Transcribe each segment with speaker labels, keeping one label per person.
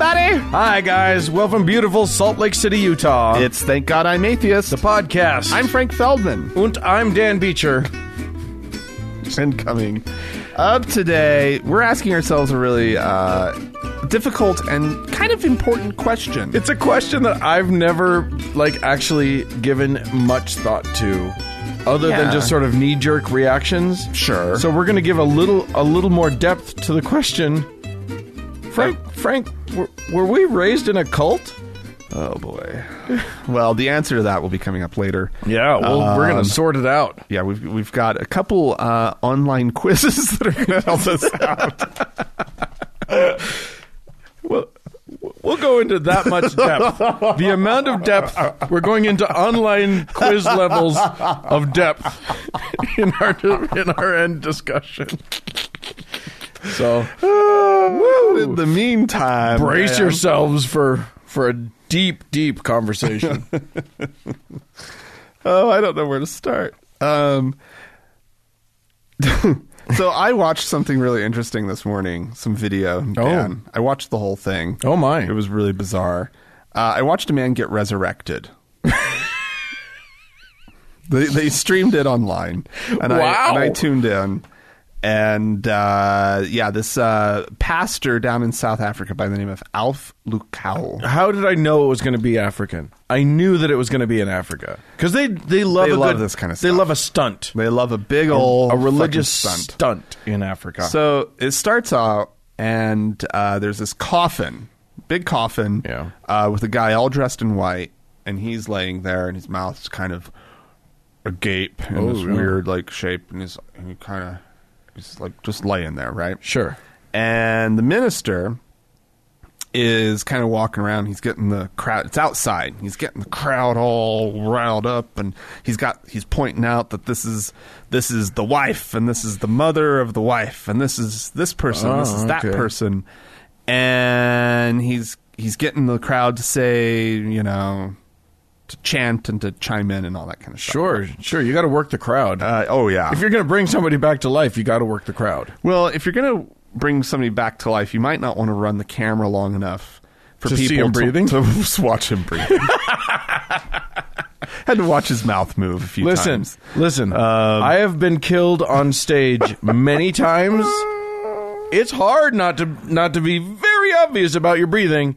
Speaker 1: Hi, guys. Welcome, beautiful Salt Lake City, Utah.
Speaker 2: It's Thank God I'm Atheist.
Speaker 1: Oh. the podcast.
Speaker 2: I'm Frank Feldman.
Speaker 1: and I'm Dan Beecher.
Speaker 2: And coming up today, we're asking ourselves a really uh, difficult and kind of important question.
Speaker 1: It's a question that I've never like actually given much thought to, other
Speaker 2: Yeah.
Speaker 1: than just sort of knee jerk reactions.
Speaker 2: Sure.
Speaker 1: So we're going to give a little a little more depth to the question. Frank, Frank, were, were we raised in a cult?
Speaker 2: oh boy. well, the answer to that will be coming up later.
Speaker 1: Yeah, well, we're going
Speaker 2: Um,
Speaker 1: to sort it out.
Speaker 2: Yeah, we've we've got a couple uh, online quizzes that are going to help us out.
Speaker 1: Well, we'll go into that much depth. the amount of depth we're going into online quiz levels of depth in our in our end discussion. So
Speaker 2: In the meantime,
Speaker 1: brace
Speaker 2: Oh, man,
Speaker 1: yourselves for for a deep, deep conversation.
Speaker 2: Oh, I don't know where to start. Um, so I watched something really interesting this morning. Some video. Dan. I watched the whole thing.
Speaker 1: oh my!
Speaker 2: It was really bizarre. Uh, I watched a man get resurrected. they, they streamed it online, and, I,
Speaker 1: Wow.
Speaker 2: and I tuned in. And uh, yeah, this uh, pastor down in South Africa by the name of Alf Lukau.
Speaker 1: How did I know it was going to be African? I knew that it was going to be in Africa because they they love
Speaker 2: They
Speaker 1: a
Speaker 2: love
Speaker 1: good-
Speaker 2: this kind of
Speaker 1: They
Speaker 2: stuff.
Speaker 1: love a stunt,
Speaker 2: They love a big old
Speaker 1: a religious
Speaker 2: fucking stunt.
Speaker 1: stunt. in Africa.
Speaker 2: So it starts out, and uh, there's this coffin, big coffin,
Speaker 1: Yeah.
Speaker 2: uh, with a guy all dressed in white, and he's laying there, and his mouth's kind of agape in this
Speaker 1: yeah.
Speaker 2: weird like shape, and he's and he kind of he's like just laying there, right?
Speaker 1: sure.
Speaker 2: And the minister is kind of walking around. He's getting the crowd. It's outside. He's getting the crowd all riled up, and he's got he's pointing out that this is this is the wife, and this is the mother of the wife, and this is this person, and this
Speaker 1: Oh,
Speaker 2: is that
Speaker 1: okay.
Speaker 2: person, and he's he's getting the crowd to say you know to chant and to chime in and all that kind of stuff.
Speaker 1: Sure, sure. You got to work the crowd.
Speaker 2: Uh, oh yeah.
Speaker 1: if you're going to bring somebody back to life, you got to work the crowd.
Speaker 2: Well, if you're going to bring somebody back to life, you might not want to run the camera long enough for
Speaker 1: To see
Speaker 2: people
Speaker 1: him breathing?
Speaker 2: To, to just watch him breathing. Had to watch his mouth move a few
Speaker 1: Listen,
Speaker 2: times. Um,
Speaker 1: listen. I have been killed on stage many times. It's hard not to not to be very obvious about your breathing.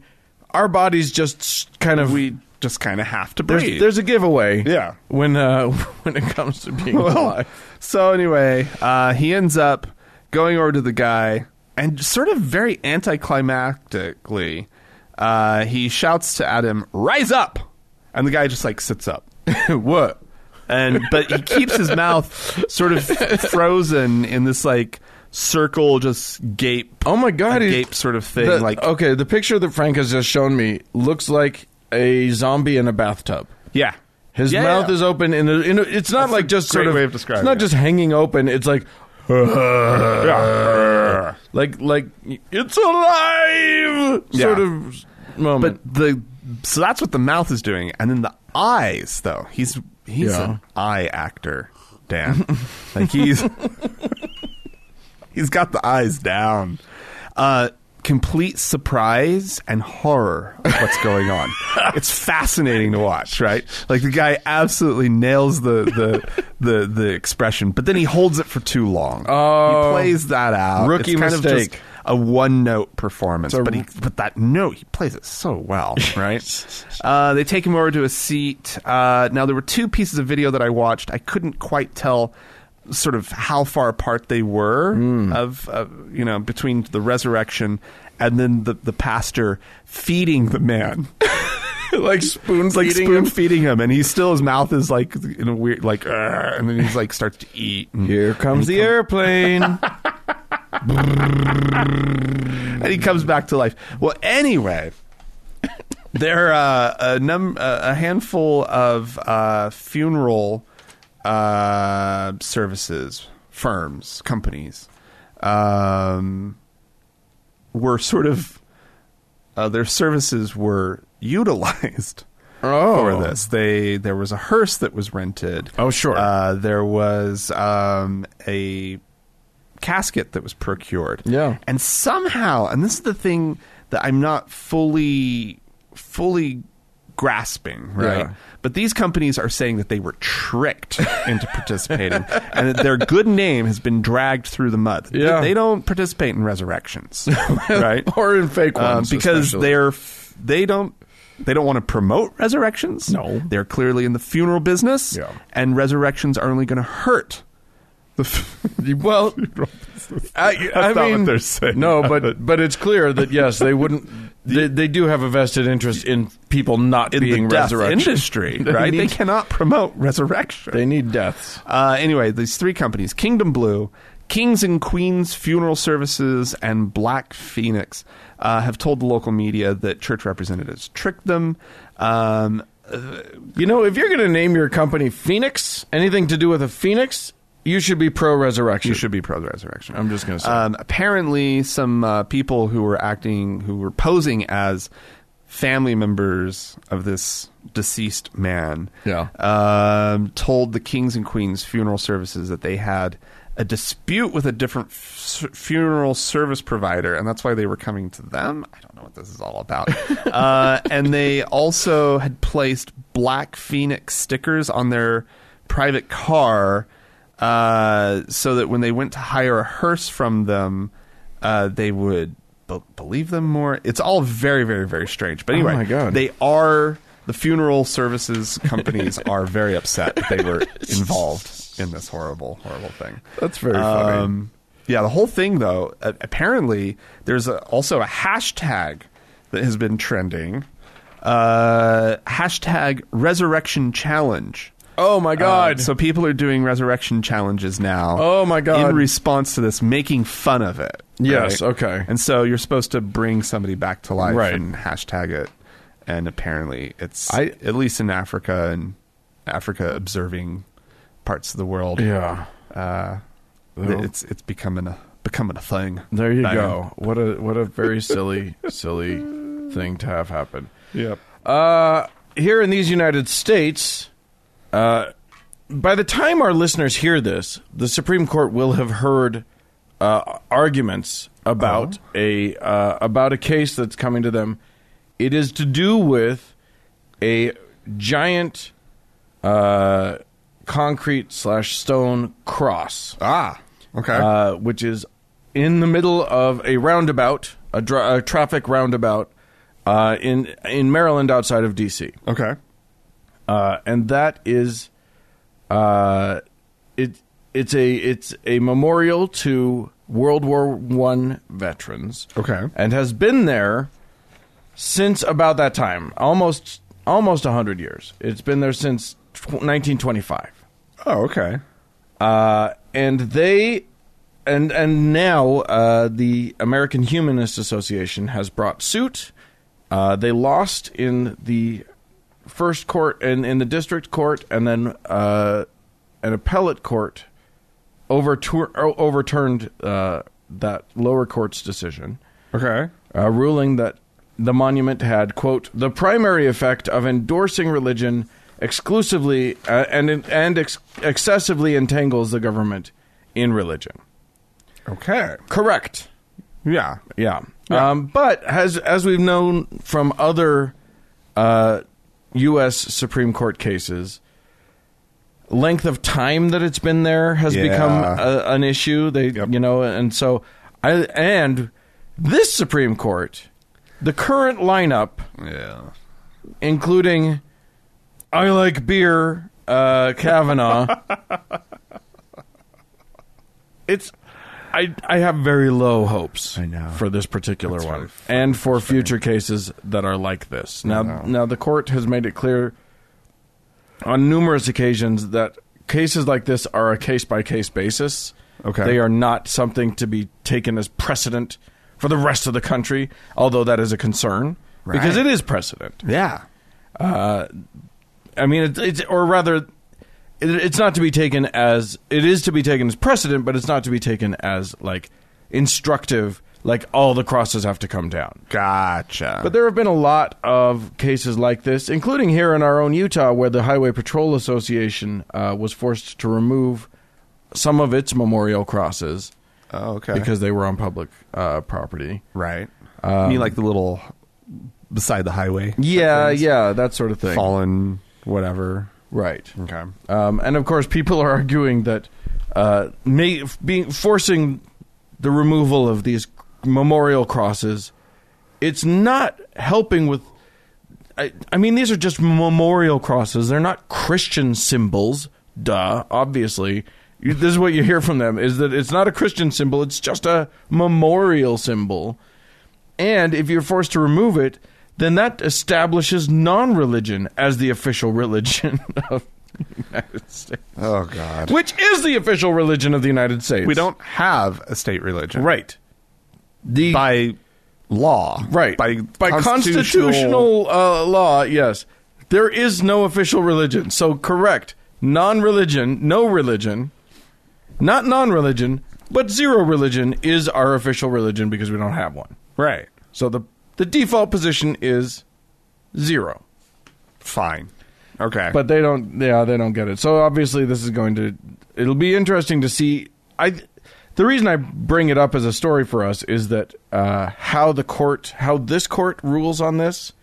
Speaker 1: Our bodies just s- kind of
Speaker 2: We just kind of have to breathe.
Speaker 1: there's, there's a giveaway.
Speaker 2: Yeah.
Speaker 1: When uh when it comes to being alive.
Speaker 2: so anyway, uh, he ends up going over to the guy, and sort of very anticlimactically, uh, he shouts at him, "Rise up!" And the guy just like sits up.
Speaker 1: what?
Speaker 2: and but he keeps his mouth sort of frozen in this like circle, just gape,
Speaker 1: Oh my god, he's-
Speaker 2: gape sort of thing.
Speaker 1: the- oh.
Speaker 2: like,
Speaker 1: okay, the picture that Frank has just shown me looks like a zombie in a bathtub.
Speaker 2: yeah,
Speaker 1: His
Speaker 2: Yeah,
Speaker 1: mouth
Speaker 2: yeah.
Speaker 1: is open, and in a, it's not like just
Speaker 2: great
Speaker 1: sort of,
Speaker 2: way of describing
Speaker 1: It's not
Speaker 2: it.
Speaker 1: just hanging open. It's like,
Speaker 2: Yeah.
Speaker 1: like, like it's alive,
Speaker 2: Yeah.
Speaker 1: sort of
Speaker 2: But
Speaker 1: moment.
Speaker 2: the so that's what the mouth is doing, and then the eyes though. He's he's
Speaker 1: Yeah.
Speaker 2: an eye actor, Dan. like he's he's got the eyes down. Uh, complete surprise and horror of what's going on. it's fascinating to watch, right? Like the guy absolutely nails the the the, the expression, but then he holds it for too long.
Speaker 1: Oh.
Speaker 2: he plays that out.
Speaker 1: Rookie
Speaker 2: it's kind Of just
Speaker 1: mistake.
Speaker 2: a one note performance,
Speaker 1: a-
Speaker 2: but he but that note he plays it so well, right? uh, they take him over to a seat. Uh, now there were two pieces of video that I watched. I couldn't quite tell sort of how far apart they were
Speaker 1: Hmm.
Speaker 2: of uh, you know between the resurrection and then the the pastor feeding the man.
Speaker 1: like spoon
Speaker 2: It's like
Speaker 1: feeding
Speaker 2: spoon
Speaker 1: him.
Speaker 2: feeding him, and he's still his mouth is like in a weird like, "Arr," and then he's like starts to eat. and-
Speaker 1: Here comes the airplane.
Speaker 2: and he comes back to life. Well, anyway, there are uh, a num uh, a handful of uh, funeral uh, services firms companies um, were sort of uh, their services were utilized.
Speaker 1: Oh.
Speaker 2: For this, they there was a hearse that was rented.
Speaker 1: Oh, sure.
Speaker 2: Uh, there was um, a casket that was procured.
Speaker 1: Yeah.
Speaker 2: And somehow, and this is the thing that I'm not fully fully grasping, right?
Speaker 1: Yeah.
Speaker 2: But these companies are saying that they were tricked into participating and that their good name has been dragged through the mud. They-
Speaker 1: Yeah.
Speaker 2: They, don't participate in resurrections, right?
Speaker 1: or in fake
Speaker 2: Um,
Speaker 1: ones
Speaker 2: because
Speaker 1: especially.
Speaker 2: they're f- they don't they don't want to promote resurrections.
Speaker 1: No.
Speaker 2: they're clearly in the funeral business,
Speaker 1: Yeah.
Speaker 2: and resurrections are only going to hurt. The f-
Speaker 1: well. I, I
Speaker 2: not what
Speaker 1: mean,
Speaker 2: they're saying.
Speaker 1: No, but but it's clear that yes, they wouldn't. They, they do have a vested interest in people not
Speaker 2: in
Speaker 1: being
Speaker 2: the death
Speaker 1: resurrection.
Speaker 2: industry,
Speaker 1: They
Speaker 2: right? they
Speaker 1: need-
Speaker 2: cannot promote resurrection.
Speaker 1: They need deaths.
Speaker 2: uh, anyway, these three companies: Kingdom Blue, Kings and Queens Funeral Services, and Black Phoenix uh, have told the local media that church representatives tricked them. Um,
Speaker 1: You know, if you're going to name your company Phoenix, anything to do with a phoenix, you should be pro resurrection.
Speaker 2: You should be pro resurrection.
Speaker 1: I'm just gonna say.
Speaker 2: Um, apparently, some uh, people who were acting, who were posing as family members of this deceased man,
Speaker 1: Yeah.
Speaker 2: um, told the Kings and Queens funeral services that they had a dispute with a different f- funeral service provider, and that's why they were coming to them. I don't know what this is all about. uh, and they also had placed Black Phoenix stickers on their private car uh, so that when they went to hire a hearse from them, uh, they would b- believe them more. It's all very, very, very strange. But anyway,
Speaker 1: Oh my God.
Speaker 2: they are the funeral services companies are very upset that they were involved in this horrible, horrible thing.
Speaker 1: That's very funny.
Speaker 2: Um, yeah, the whole thing though. a- Apparently, there's a, also a hashtag that has been trending. Uh, hashtag Resurrection Challenge.
Speaker 1: oh my God!
Speaker 2: Uh, so people are doing resurrection challenges now.
Speaker 1: Oh, my God.
Speaker 2: In response to this, making fun of it.
Speaker 1: Yes, okay.
Speaker 2: And so you're supposed to bring somebody back to life
Speaker 1: Right.
Speaker 2: and hashtag it. And apparently, it's
Speaker 1: I-
Speaker 2: at least in Africa and Africa observing parts of the world.
Speaker 1: yeah,
Speaker 2: Uh,
Speaker 1: Well.
Speaker 2: it's it's becoming a becoming a thing.
Speaker 1: there you
Speaker 2: Bang.
Speaker 1: go. What a what a very silly silly thing to have happen.
Speaker 2: Yep.
Speaker 1: Uh, here in these United States, uh, by the time our listeners hear this, the Supreme Court will have heard uh, arguments about a uh, about a case that's coming to them. It is to do with a giant uh, concrete slash stone cross
Speaker 2: Ah. Okay.
Speaker 1: uh, which is in the middle of a roundabout, a, dra- a traffic roundabout uh, in in Maryland outside of D.C.
Speaker 2: okay.
Speaker 1: Uh, and that is, uh, it it's a it's a memorial to World War One veterans.
Speaker 2: Okay.
Speaker 1: and has been there since about that time, almost almost hundred years. It's been there since tw- 1925
Speaker 2: Oh, okay.
Speaker 1: uh, and they and and now uh, the American Humanist Association has brought suit. Uh, they lost in the first court in, in the district court, and then uh, an appellate court overtur- o- overturned uh, that lower court's decision
Speaker 2: Okay.
Speaker 1: uh, ruling that the monument had, quote, the primary effect of endorsing religion exclusively uh, and, and ex- excessively entangles the government in religion.
Speaker 2: Okay.
Speaker 1: Correct.
Speaker 2: Yeah.
Speaker 1: Yeah. Um, but as, as we've known from other uh, U.S. Supreme Court cases, length of time that it's been there has
Speaker 2: Yeah.
Speaker 1: become a, an issue. They, you know, and so I and this Supreme Court, the current lineup,
Speaker 2: Yeah.
Speaker 1: including I like beer, uh, Kavanaugh. it's I I have very low hopes
Speaker 2: I know.
Speaker 1: for this particular
Speaker 2: That's
Speaker 1: one
Speaker 2: really
Speaker 1: and for future cases that are like this. Now now the court has made it clear on numerous occasions that cases like this are a case by case basis.
Speaker 2: Okay.
Speaker 1: They are not something to be taken as precedent for the rest of the country, although that is a concern because
Speaker 2: Right.
Speaker 1: it is precedent.
Speaker 2: Yeah.
Speaker 1: I mean, it's, it's or rather, it, it's not to be taken as it is to be taken as precedent, but it's not to be taken as like instructive. Like all the crosses have to come down.
Speaker 2: Gotcha.
Speaker 1: But there have been a lot of cases like this, including here in our own Utah, where the Highway Patrol Association uh, was forced to remove some of its memorial crosses
Speaker 2: oh, okay.
Speaker 1: because they were on public uh, property.
Speaker 2: right. you mean like the little beside the highway?
Speaker 1: Yeah,
Speaker 2: things?
Speaker 1: yeah, that sort of thing.
Speaker 2: Fallen, whatever.
Speaker 1: Right.
Speaker 2: Okay.
Speaker 1: Um, and of course, people are arguing that uh, may, being forcing the removal of these memorial crosses, it's not helping with. I, I mean, these are just memorial crosses. They're not Christian symbols. Duh. Obviously, You- this is what you hear from them: is that it's not a Christian symbol. It's just a memorial symbol. And if you're forced to remove it, then that establishes non-religion as the official religion of the United States
Speaker 2: Oh God.
Speaker 1: which is the official religion of the United States.
Speaker 2: We don't have a state religion,
Speaker 1: right the
Speaker 2: By law,
Speaker 1: right
Speaker 2: By
Speaker 1: by constitutional uh, law. Yes, there is no official religion. So correct, non-religion, no religion, not non-religion, but zero religion is our official religion because we don't have one.
Speaker 2: Right.
Speaker 1: So the the default position is zero.
Speaker 2: Fine. Okay.
Speaker 1: but they don't yeah they don't get it so obviously this is going to it'll be interesting to see i the reason i bring it up as a story for us is that uh, how the court how this court rules on this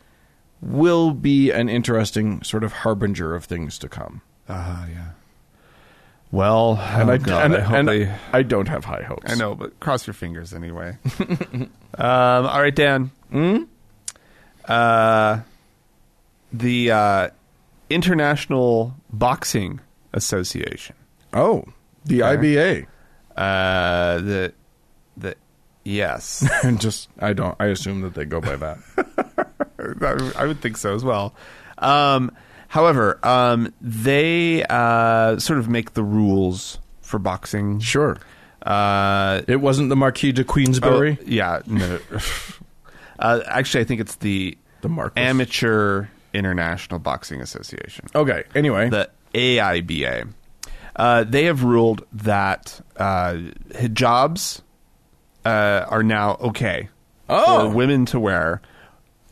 Speaker 1: will be an interesting sort of harbinger of things to come
Speaker 2: uh, yeah. Well,
Speaker 1: and
Speaker 2: oh
Speaker 1: i
Speaker 2: God,
Speaker 1: and,
Speaker 2: I hope
Speaker 1: and
Speaker 2: they-
Speaker 1: i don't have high hopes
Speaker 2: I know, but cross your fingers anyway. um, all right, Dan. Mm? Uh, the uh, International Boxing Association.
Speaker 1: oh the iba
Speaker 2: Uh, the the yes,
Speaker 1: and just i don't i assume that they go by that
Speaker 2: I would think so as well. Um, however, um, they uh, sort of make the rules for boxing.
Speaker 1: sure
Speaker 2: Uh,
Speaker 1: it wasn't the marquis de queensberry
Speaker 2: Oh, yeah, no. uh, actually, I think it's the
Speaker 1: the marquis
Speaker 2: Amateur International Boxing Association,
Speaker 1: okay anyway
Speaker 2: the AIBA. Uh, they have ruled that uh, hijabs uh, are now okay
Speaker 1: Oh.
Speaker 2: for women to wear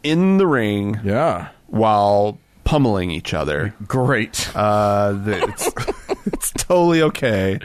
Speaker 2: in the ring
Speaker 1: yeah
Speaker 2: while pummeling each other.
Speaker 1: great
Speaker 2: Uh, the- it's, it's totally okay.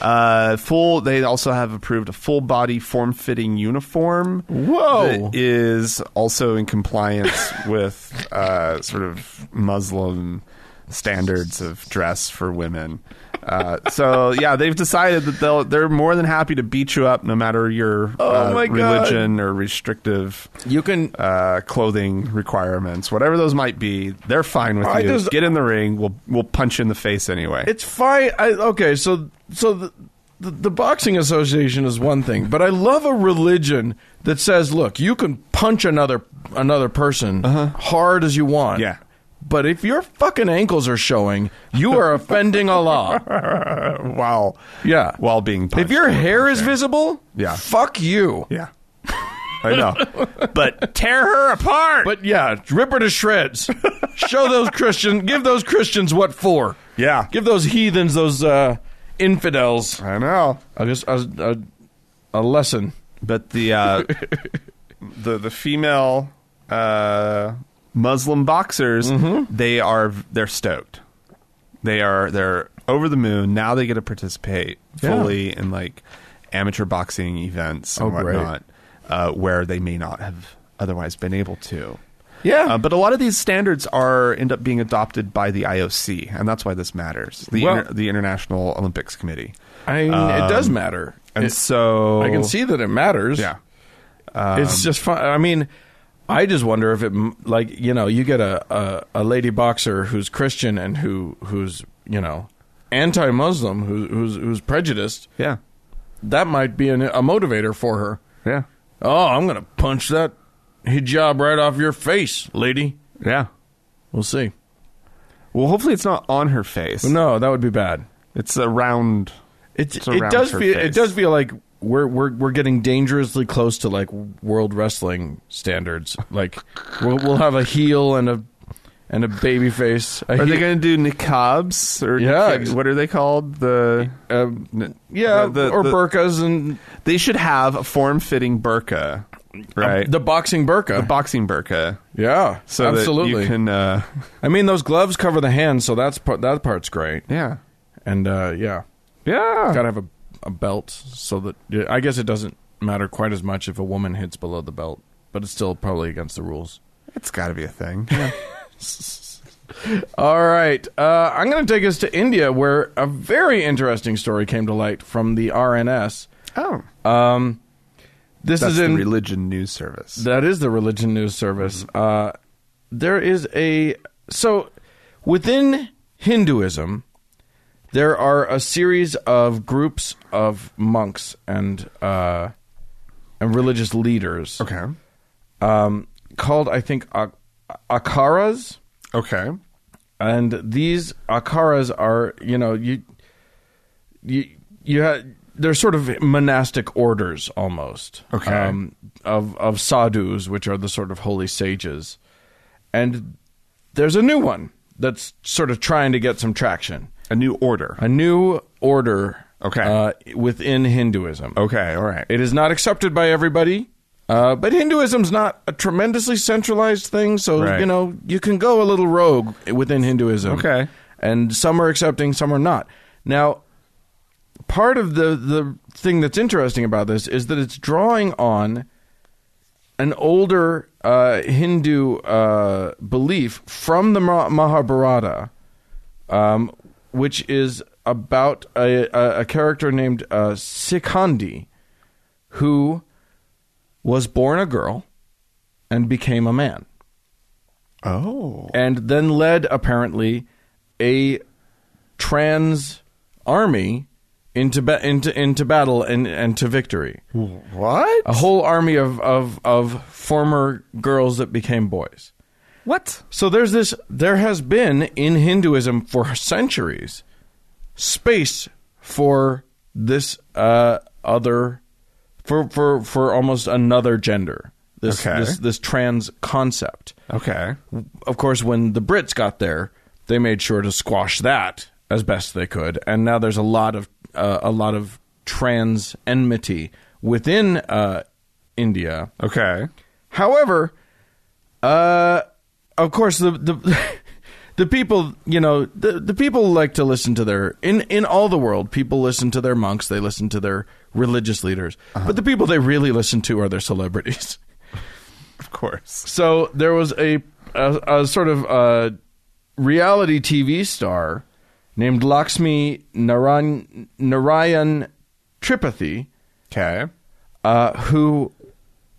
Speaker 2: Uh, full. They also have approved a full body form fitting uniform.
Speaker 1: Whoa.
Speaker 2: that is also in compliance with uh, sort of Muslim standards of dress for women. Uh, so yeah, they've decided that they'll they're more than happy to beat you up no matter your uh,
Speaker 1: Oh my God.
Speaker 2: religion or restrictive
Speaker 1: you can
Speaker 2: uh, clothing requirements, whatever those might be, they're fine with
Speaker 1: I
Speaker 2: you.
Speaker 1: just-
Speaker 2: Get in the ring. We'll we'll punch you in the face anyway.
Speaker 1: It's fine. I, okay, so so the, the the boxing association is one thing, but I love a religion that says, "Look, you can punch another another person hard as you want."
Speaker 2: Uh-huh. Yeah.
Speaker 1: But if your fucking ankles are showing, you are offending Allah.
Speaker 2: wow.
Speaker 1: Yeah.
Speaker 2: While being punched.
Speaker 1: If your hair is visible,
Speaker 2: Yeah.
Speaker 1: fuck you.
Speaker 2: yeah, I know. But tear her apart.
Speaker 1: But yeah, rip her to shreds. Show those Christians, give those Christians what for.
Speaker 2: yeah,
Speaker 1: Give those heathens, those uh, infidels,
Speaker 2: I know.
Speaker 1: I guess a, a, a lesson.
Speaker 2: But the uh, the the female uh, Muslim boxers,
Speaker 1: Mm-hmm.
Speaker 2: they are they're stoked. They are they're over the moon. Now they get to participate
Speaker 1: Yeah.
Speaker 2: fully in like amateur boxing events and
Speaker 1: Oh, great.
Speaker 2: whatnot, uh, where they may not have otherwise been able to.
Speaker 1: Yeah,
Speaker 2: Uh, but a lot of these standards are end up being adopted by the IOC, and that's why this matters. The
Speaker 1: Well-
Speaker 2: inter- the International Olympics Committee,
Speaker 1: I mean,
Speaker 2: Um,
Speaker 1: it does matter.
Speaker 2: and
Speaker 1: It-
Speaker 2: so
Speaker 1: I can see that it matters.
Speaker 2: yeah.
Speaker 1: it's just fun. I mean, I just wonder if it m- like you know you get a, a a lady boxer who's Christian and who who's you know anti-Muslim who, who's who's prejudiced.
Speaker 2: Yeah,
Speaker 1: That might be an, a motivator for her.
Speaker 2: yeah,
Speaker 1: Oh, I'm gonna punch that hijab right off your face, lady.
Speaker 2: yeah.
Speaker 1: We'll see.
Speaker 2: Well, hopefully it's not on her face.
Speaker 1: No, that would be bad.
Speaker 2: It's around.
Speaker 1: It
Speaker 2: It's
Speaker 1: it
Speaker 2: around
Speaker 1: does
Speaker 2: her
Speaker 1: feel it
Speaker 2: face.
Speaker 1: does feel like we're we're we're getting dangerously close to like world wrestling standards. Like we'll we'll have a heel and a and a baby face. A
Speaker 2: Are they
Speaker 1: heel-
Speaker 2: going to do niqabs or
Speaker 1: Yeah.
Speaker 2: niqab- what are they called? The
Speaker 1: um, yeah,
Speaker 2: the- the-
Speaker 1: or
Speaker 2: the-
Speaker 1: burkas and
Speaker 2: they should have a form-fitting burqa, right?
Speaker 1: the boxing burka.
Speaker 2: boxing burqa.
Speaker 1: yeah,
Speaker 2: So that
Speaker 1: absolutely.
Speaker 2: you can. Uh,
Speaker 1: I mean, those gloves cover the hands, so that's part, that part's great.
Speaker 2: yeah,
Speaker 1: And uh, yeah,
Speaker 2: yeah.
Speaker 1: gotta have a a belt so that yeah, I guess it doesn't matter quite as much if a woman hits below the belt. but it's still probably against the rules.
Speaker 2: It's got to be a thing.
Speaker 1: All right. Uh, I'm going to take us to India, where a very interesting story came to light from the RNS.
Speaker 2: oh,
Speaker 1: This
Speaker 2: that's
Speaker 1: is in
Speaker 2: the religion news service.
Speaker 1: That is the religion news service.
Speaker 2: Mm-hmm.
Speaker 1: Uh, there is a so within Hinduism, there are a series of groups of monks and uh, and religious leaders
Speaker 2: okay.
Speaker 1: um, called, I think, ak- akaras
Speaker 2: Okay.
Speaker 1: and these akaras are you know you you you ha they're sort of monastic orders almost um,
Speaker 2: Okay.
Speaker 1: of of sadhus which are the sort of holy sages and there's a new one that's sort of trying to get some traction
Speaker 2: A new order.
Speaker 1: a new order
Speaker 2: Okay.
Speaker 1: uh, within hinduism
Speaker 2: Okay. All right.
Speaker 1: it is not accepted by everybody, uh, but Hinduism's not a tremendously centralized thing, so
Speaker 2: Right.
Speaker 1: you know you can go a little rogue within Hinduism.
Speaker 2: Okay.
Speaker 1: and some are accepting, some are not. Now, part of the the thing that's interesting about this is that it's drawing on an older uh, Hindu uh, belief from the Ma- Mahabharata, um, which is about a, a, a character named uh, Sikhandi, who was born a girl and became a man,
Speaker 2: Oh.
Speaker 1: and then led apparently a trans army into ba- into into battle and, and to victory.
Speaker 2: What?
Speaker 1: A whole army of, of, of former girls that became boys.
Speaker 2: What?
Speaker 1: So there's this there has been in Hinduism for centuries space for this uh, other for, for for almost another gender. This
Speaker 2: Okay.
Speaker 1: this this trans concept.
Speaker 2: Okay.
Speaker 1: Of course when the Brits got there, they made sure to squash that as best they could and now there's a lot of uh, a lot of trans enmity within uh, India.
Speaker 2: Okay.
Speaker 1: However, uh, of course the the the people you know the the people like to listen to their in in all the world people listen to their monks they listen to their religious leaders but the people they really listen to are their celebrities.
Speaker 2: Of course.
Speaker 1: So there was a a, a sort of uh reality TV star named Lakshmi Naran, Narayan Tripathi
Speaker 2: Okay.
Speaker 1: uh, who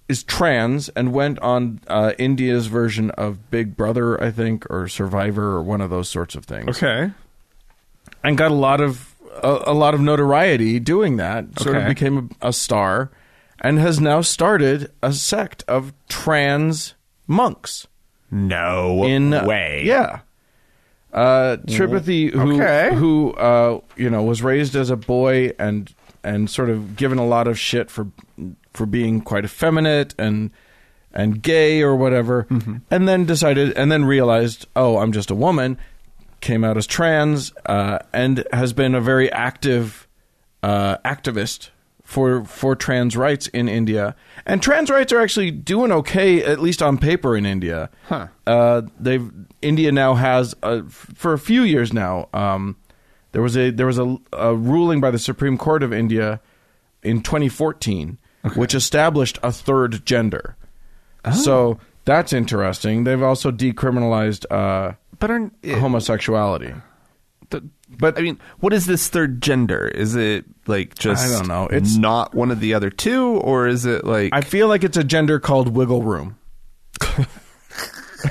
Speaker 1: is trans and went on uh, India's version of Big Brother, I think, or Survivor, or one of those sorts of things,
Speaker 2: Okay.
Speaker 1: and got a lot of a, a lot of notoriety doing that. Sort of
Speaker 2: Okay.
Speaker 1: became a, a star, and has now started a sect of trans monks
Speaker 2: No
Speaker 1: in
Speaker 2: way.
Speaker 1: Yeah. Uh, Tripathy, who
Speaker 2: Okay.
Speaker 1: who uh, you know was raised as a boy and and sort of given a lot of shit for for being quite effeminate and and gay or whatever,
Speaker 2: Mm-hmm.
Speaker 1: and then decided and then realized, oh, I'm just a woman. Came out as trans uh, and has been a very active uh, activist for for trans rights in India. And trans rights are actually doing okay, at least on paper, in India.
Speaker 2: Huh.
Speaker 1: Uh, they've India now has a, for a few years now. Um, there was a there was a, a ruling by the Supreme Court of India in 2014, which established a third gender. So that's interesting. They've also decriminalized uh,
Speaker 2: But are
Speaker 1: homosexuality.
Speaker 2: but I mean, what is this third gender? Is it like just
Speaker 1: I don't know. It's-
Speaker 2: not one of the other two, or is it like
Speaker 1: I feel like it's a gender called wiggle room.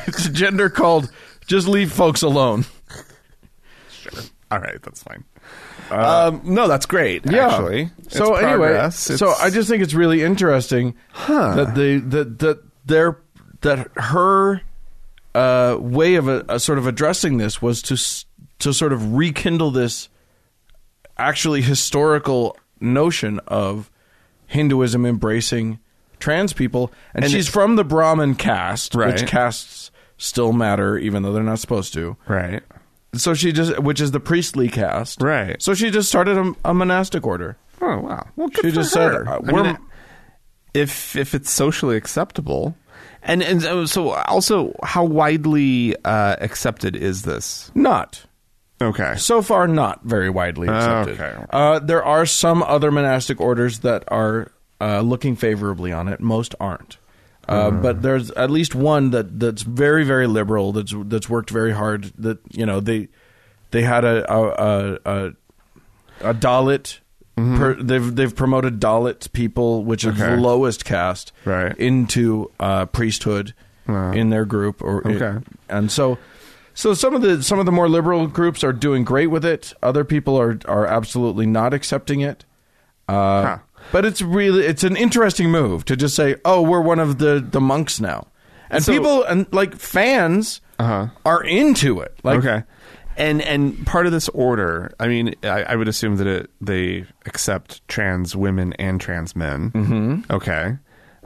Speaker 1: it's a gender called just leave folks alone.
Speaker 2: all right? That's fine. um, no, that's great. Actually, It's
Speaker 1: So anyway,
Speaker 2: progress. It's-
Speaker 1: so I just think it's really interesting that the that that their that her uh, way of a, a sort of addressing this was to s- to sort of rekindle this actually historical notion of Hinduism embracing trans people, and, she's from the Brahmin caste,
Speaker 2: Right.
Speaker 1: which castes still matter even though they're not supposed to.
Speaker 2: right.
Speaker 1: So she just, which is the priestly caste,
Speaker 2: Right.
Speaker 1: So she just started a, a monastic order.
Speaker 2: Oh wow. Well, good
Speaker 1: She
Speaker 2: for
Speaker 1: just
Speaker 2: her.
Speaker 1: said, uh,
Speaker 2: I
Speaker 1: we're-
Speaker 2: mean, if if it's socially acceptable, and and so- so also, how widely uh, accepted is this?
Speaker 1: Not
Speaker 2: Okay.
Speaker 1: so far, not very widely accepted.
Speaker 2: okay.
Speaker 1: Uh, there are some other monastic orders that are uh, looking favorably on it. Most aren't. Uh,
Speaker 2: Hmm.
Speaker 1: But there's at least one that, that's very very liberal. That's that's worked very hard. That you know they they had a a a, a, a Dalit. Per, they've they've promoted Dalit people, which is the
Speaker 2: Mm-hmm. Okay.
Speaker 1: lowest caste,
Speaker 2: Right.
Speaker 1: into uh, priesthood in their group. Or
Speaker 2: Okay.
Speaker 1: and so so some of the some of the more liberal groups are doing great with it. Other people are are absolutely not accepting it. Uh,
Speaker 2: Huh.
Speaker 1: But it's really it's an interesting move to just say, oh, we're one of the the monks now, and
Speaker 2: So-
Speaker 1: people and like fans
Speaker 2: Uh-huh.
Speaker 1: are into it. Like,
Speaker 2: okay. And and part of this order, I mean, I, I would assume that it, they accept trans women and trans men. Mm-hmm. Okay.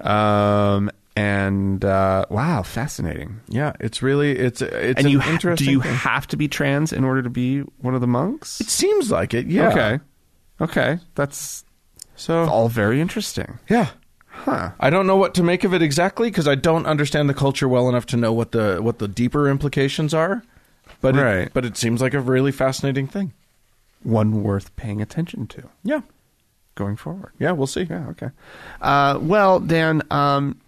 Speaker 2: Um, and uh, wow, fascinating.
Speaker 1: yeah, it's really it's it's
Speaker 2: and
Speaker 1: an
Speaker 2: you ha-
Speaker 1: interesting.
Speaker 2: do you
Speaker 1: thing.
Speaker 2: have to be trans in order to be one of the monks?
Speaker 1: it seems like it. Yeah.
Speaker 2: Okay. Okay. That's
Speaker 1: So
Speaker 2: all very interesting.
Speaker 1: yeah.
Speaker 2: Huh.
Speaker 1: I don't know what to make of it exactly because I don't understand the culture well enough to know what the what the deeper implications are. But
Speaker 2: Right.
Speaker 1: it, but it seems like a really fascinating thing.
Speaker 2: One worth paying attention to
Speaker 1: Yeah.
Speaker 2: going forward.
Speaker 1: Yeah, we'll see.
Speaker 2: Yeah, okay. Uh, well, Dan, um,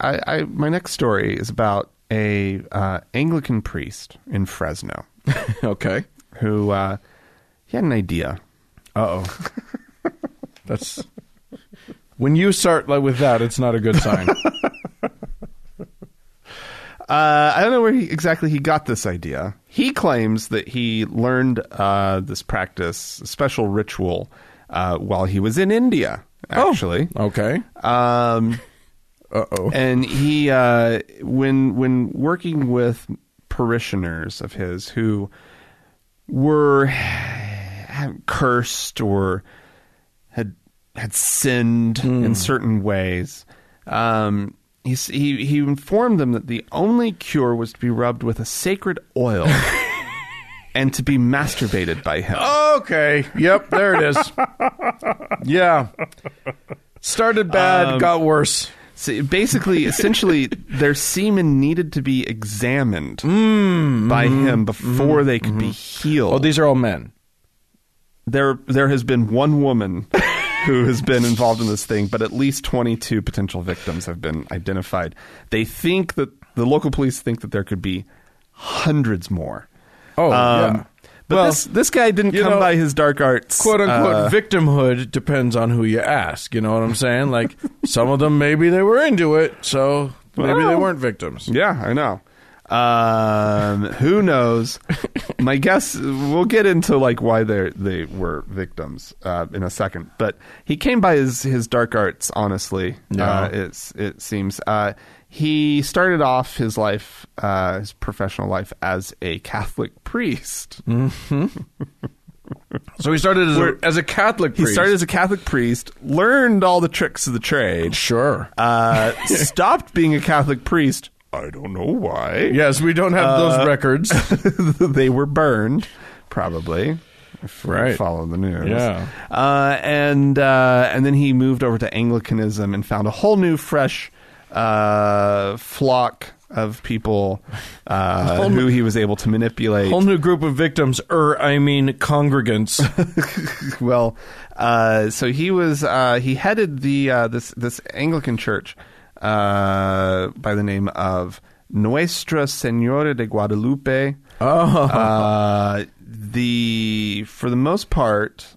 Speaker 2: I, I my next story is about a uh, Anglican priest in Fresno
Speaker 1: okay.
Speaker 2: who uh, he had an idea.
Speaker 1: Uh oh. That's when you start like with that, it's not a good sign.
Speaker 2: Uh, I don't know where he, exactly he got this idea. He claims that he learned uh, this practice, a special ritual, uh, while he was in India. Actually,
Speaker 1: okay.
Speaker 2: um,
Speaker 1: Uh oh.
Speaker 2: and he uh, when when working with parishioners of his who were cursed or had had sinned in certain ways um, he, s- he he informed them that the only cure was to be rubbed with a sacred oil and to be masturbated by him
Speaker 1: Oh, Okay. Yep. There it is. yeah. Started bad, got worse.
Speaker 2: So basically, essentially, their semen needed to be examined
Speaker 1: Mm,
Speaker 2: by
Speaker 1: mm-hmm,
Speaker 2: him before they could be healed.
Speaker 1: Oh, these are all men.
Speaker 2: there, there has been one woman who has been involved in this thing, but at least 22 potential victims have been identified. They think that the local police think that there could be hundreds more.
Speaker 1: Oh,
Speaker 2: Um,
Speaker 1: yeah.
Speaker 2: But
Speaker 1: Well,
Speaker 2: this, this guy didn't
Speaker 1: you
Speaker 2: come
Speaker 1: know,
Speaker 2: by his dark arts.
Speaker 1: quote unquote
Speaker 2: uh,
Speaker 1: victimhood depends on who you ask. You know what I'm saying? Like some of them, maybe they were into it, so maybe they
Speaker 2: Well.
Speaker 1: weren't victims.
Speaker 2: Yeah, I know. Um, who knows? My guess. We'll get into like why they they were victims uh, in a second, but he came by his his dark arts. Honestly, uh, it's it seems uh, he started off his life, uh, his professional life as a Catholic priest.
Speaker 1: So he started as, a, as a Catholic
Speaker 2: He
Speaker 1: priest.
Speaker 2: started as a Catholic priest, learned all the tricks of the trade,
Speaker 1: sure.
Speaker 2: uh, stopped being a Catholic priest. I don't know why.
Speaker 1: yes, we don't have
Speaker 2: Uh,
Speaker 1: those records.
Speaker 2: they were burned, probably. If
Speaker 1: Right.
Speaker 2: you follow the news.
Speaker 1: Yeah.
Speaker 2: Uh, and uh, and then he moved over to Anglicanism and found a whole new, fresh uh, flock of people uh, who he was able to manipulate.
Speaker 1: Whole new group of victims, er, I mean congregants.
Speaker 2: well, uh, so he was uh, he headed the uh, this this Anglican church uh, by the name of Nuestra Senora de Guadalupe.
Speaker 1: oh,
Speaker 2: Uh, the for the most part,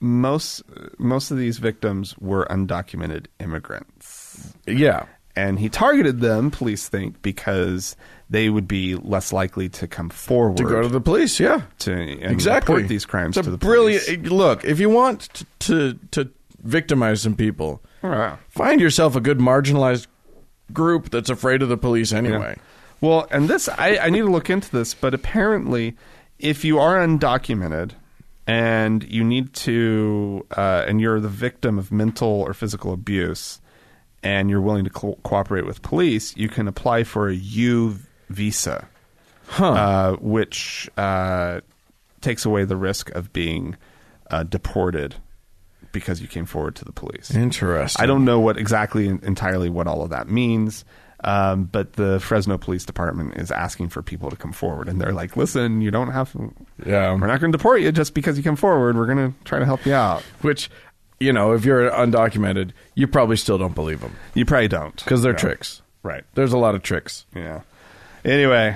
Speaker 2: most most of these victims were undocumented immigrants,
Speaker 1: yeah.
Speaker 2: and he targeted them. Police think because they would be less likely to come forward
Speaker 1: To go to the police, yeah.
Speaker 2: to and
Speaker 1: exactly.
Speaker 2: report these crimes
Speaker 1: It's
Speaker 2: to
Speaker 1: a
Speaker 2: the
Speaker 1: brilliant. eh,
Speaker 2: police.
Speaker 1: Look, if you want t- to to victimize some people,
Speaker 2: Wow.
Speaker 1: find yourself a good marginalized group that's afraid of the police anyway.
Speaker 2: Well, and this I, I need to look into this, but apparently, if you are undocumented and you need to, uh, and you're the victim of mental or physical abuse, and you're willing to co- cooperate with police, you can apply for a U visa, uh, which uh, takes away the risk of being uh, deported because you came forward to the police.
Speaker 1: Interesting.
Speaker 2: I don't know what exactly entirely what all of that means, um, but the Fresno Police Department is asking for people to come forward, and they're like, "Listen, you don't have,
Speaker 1: Yeah.
Speaker 2: we're not going to deport you just because you come forward. We're going to try to help you out."
Speaker 1: Which you know, if you're undocumented, you probably still don't believe them
Speaker 2: You probably don't
Speaker 1: because they're
Speaker 2: Yeah.
Speaker 1: tricks.
Speaker 2: Right.
Speaker 1: There's a lot of tricks.
Speaker 2: Yeah. Anyway.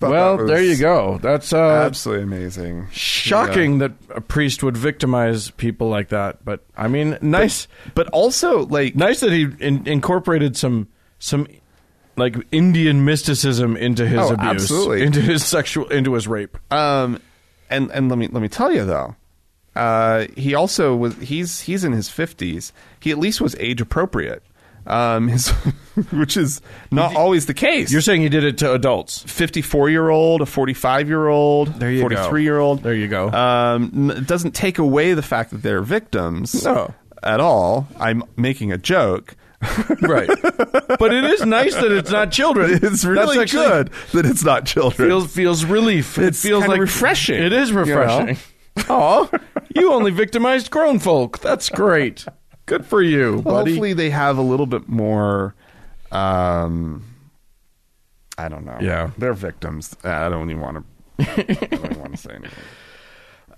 Speaker 2: thought
Speaker 1: well,
Speaker 2: that was
Speaker 1: there you go. That's uh,
Speaker 2: Absolutely amazing.
Speaker 1: shocking that a priest would victimize people like that. But I mean, nice,
Speaker 2: But also, like,
Speaker 1: nice that he in- incorporated some some like Indian mysticism into his
Speaker 2: Oh,
Speaker 1: abuse,
Speaker 2: absolutely.
Speaker 1: into his sexual, into his rape.
Speaker 2: um, and and let me let me tell you though, uh, he also was he's he's in his fifties. He at least was age appropriate, um, his, which is not always the case.
Speaker 1: You're saying he did it to adults.
Speaker 2: 54 year old, a 45 year old,
Speaker 1: There you go.
Speaker 2: 43 year old.
Speaker 1: There you go.
Speaker 2: Um, n- it doesn't take away the fact that they're victims
Speaker 1: No.
Speaker 2: at all. I'm making a joke.
Speaker 1: right. But it is nice that it's not children.
Speaker 2: It's
Speaker 1: That's
Speaker 2: really
Speaker 1: actually-
Speaker 2: good that it's not children.
Speaker 1: Feels feels relief.
Speaker 2: It's
Speaker 1: it feels
Speaker 2: kinda
Speaker 1: like
Speaker 2: refreshing,
Speaker 1: It is
Speaker 2: you know?
Speaker 1: refreshing. Oh, you only victimized grown folk. That's great. Good for you,
Speaker 2: Well,
Speaker 1: buddy.
Speaker 2: Hopefully, they have a little bit more. Um, I don't know.
Speaker 1: Yeah.
Speaker 2: they're victims. Uh, I don't even want to. I don't even want to say anything.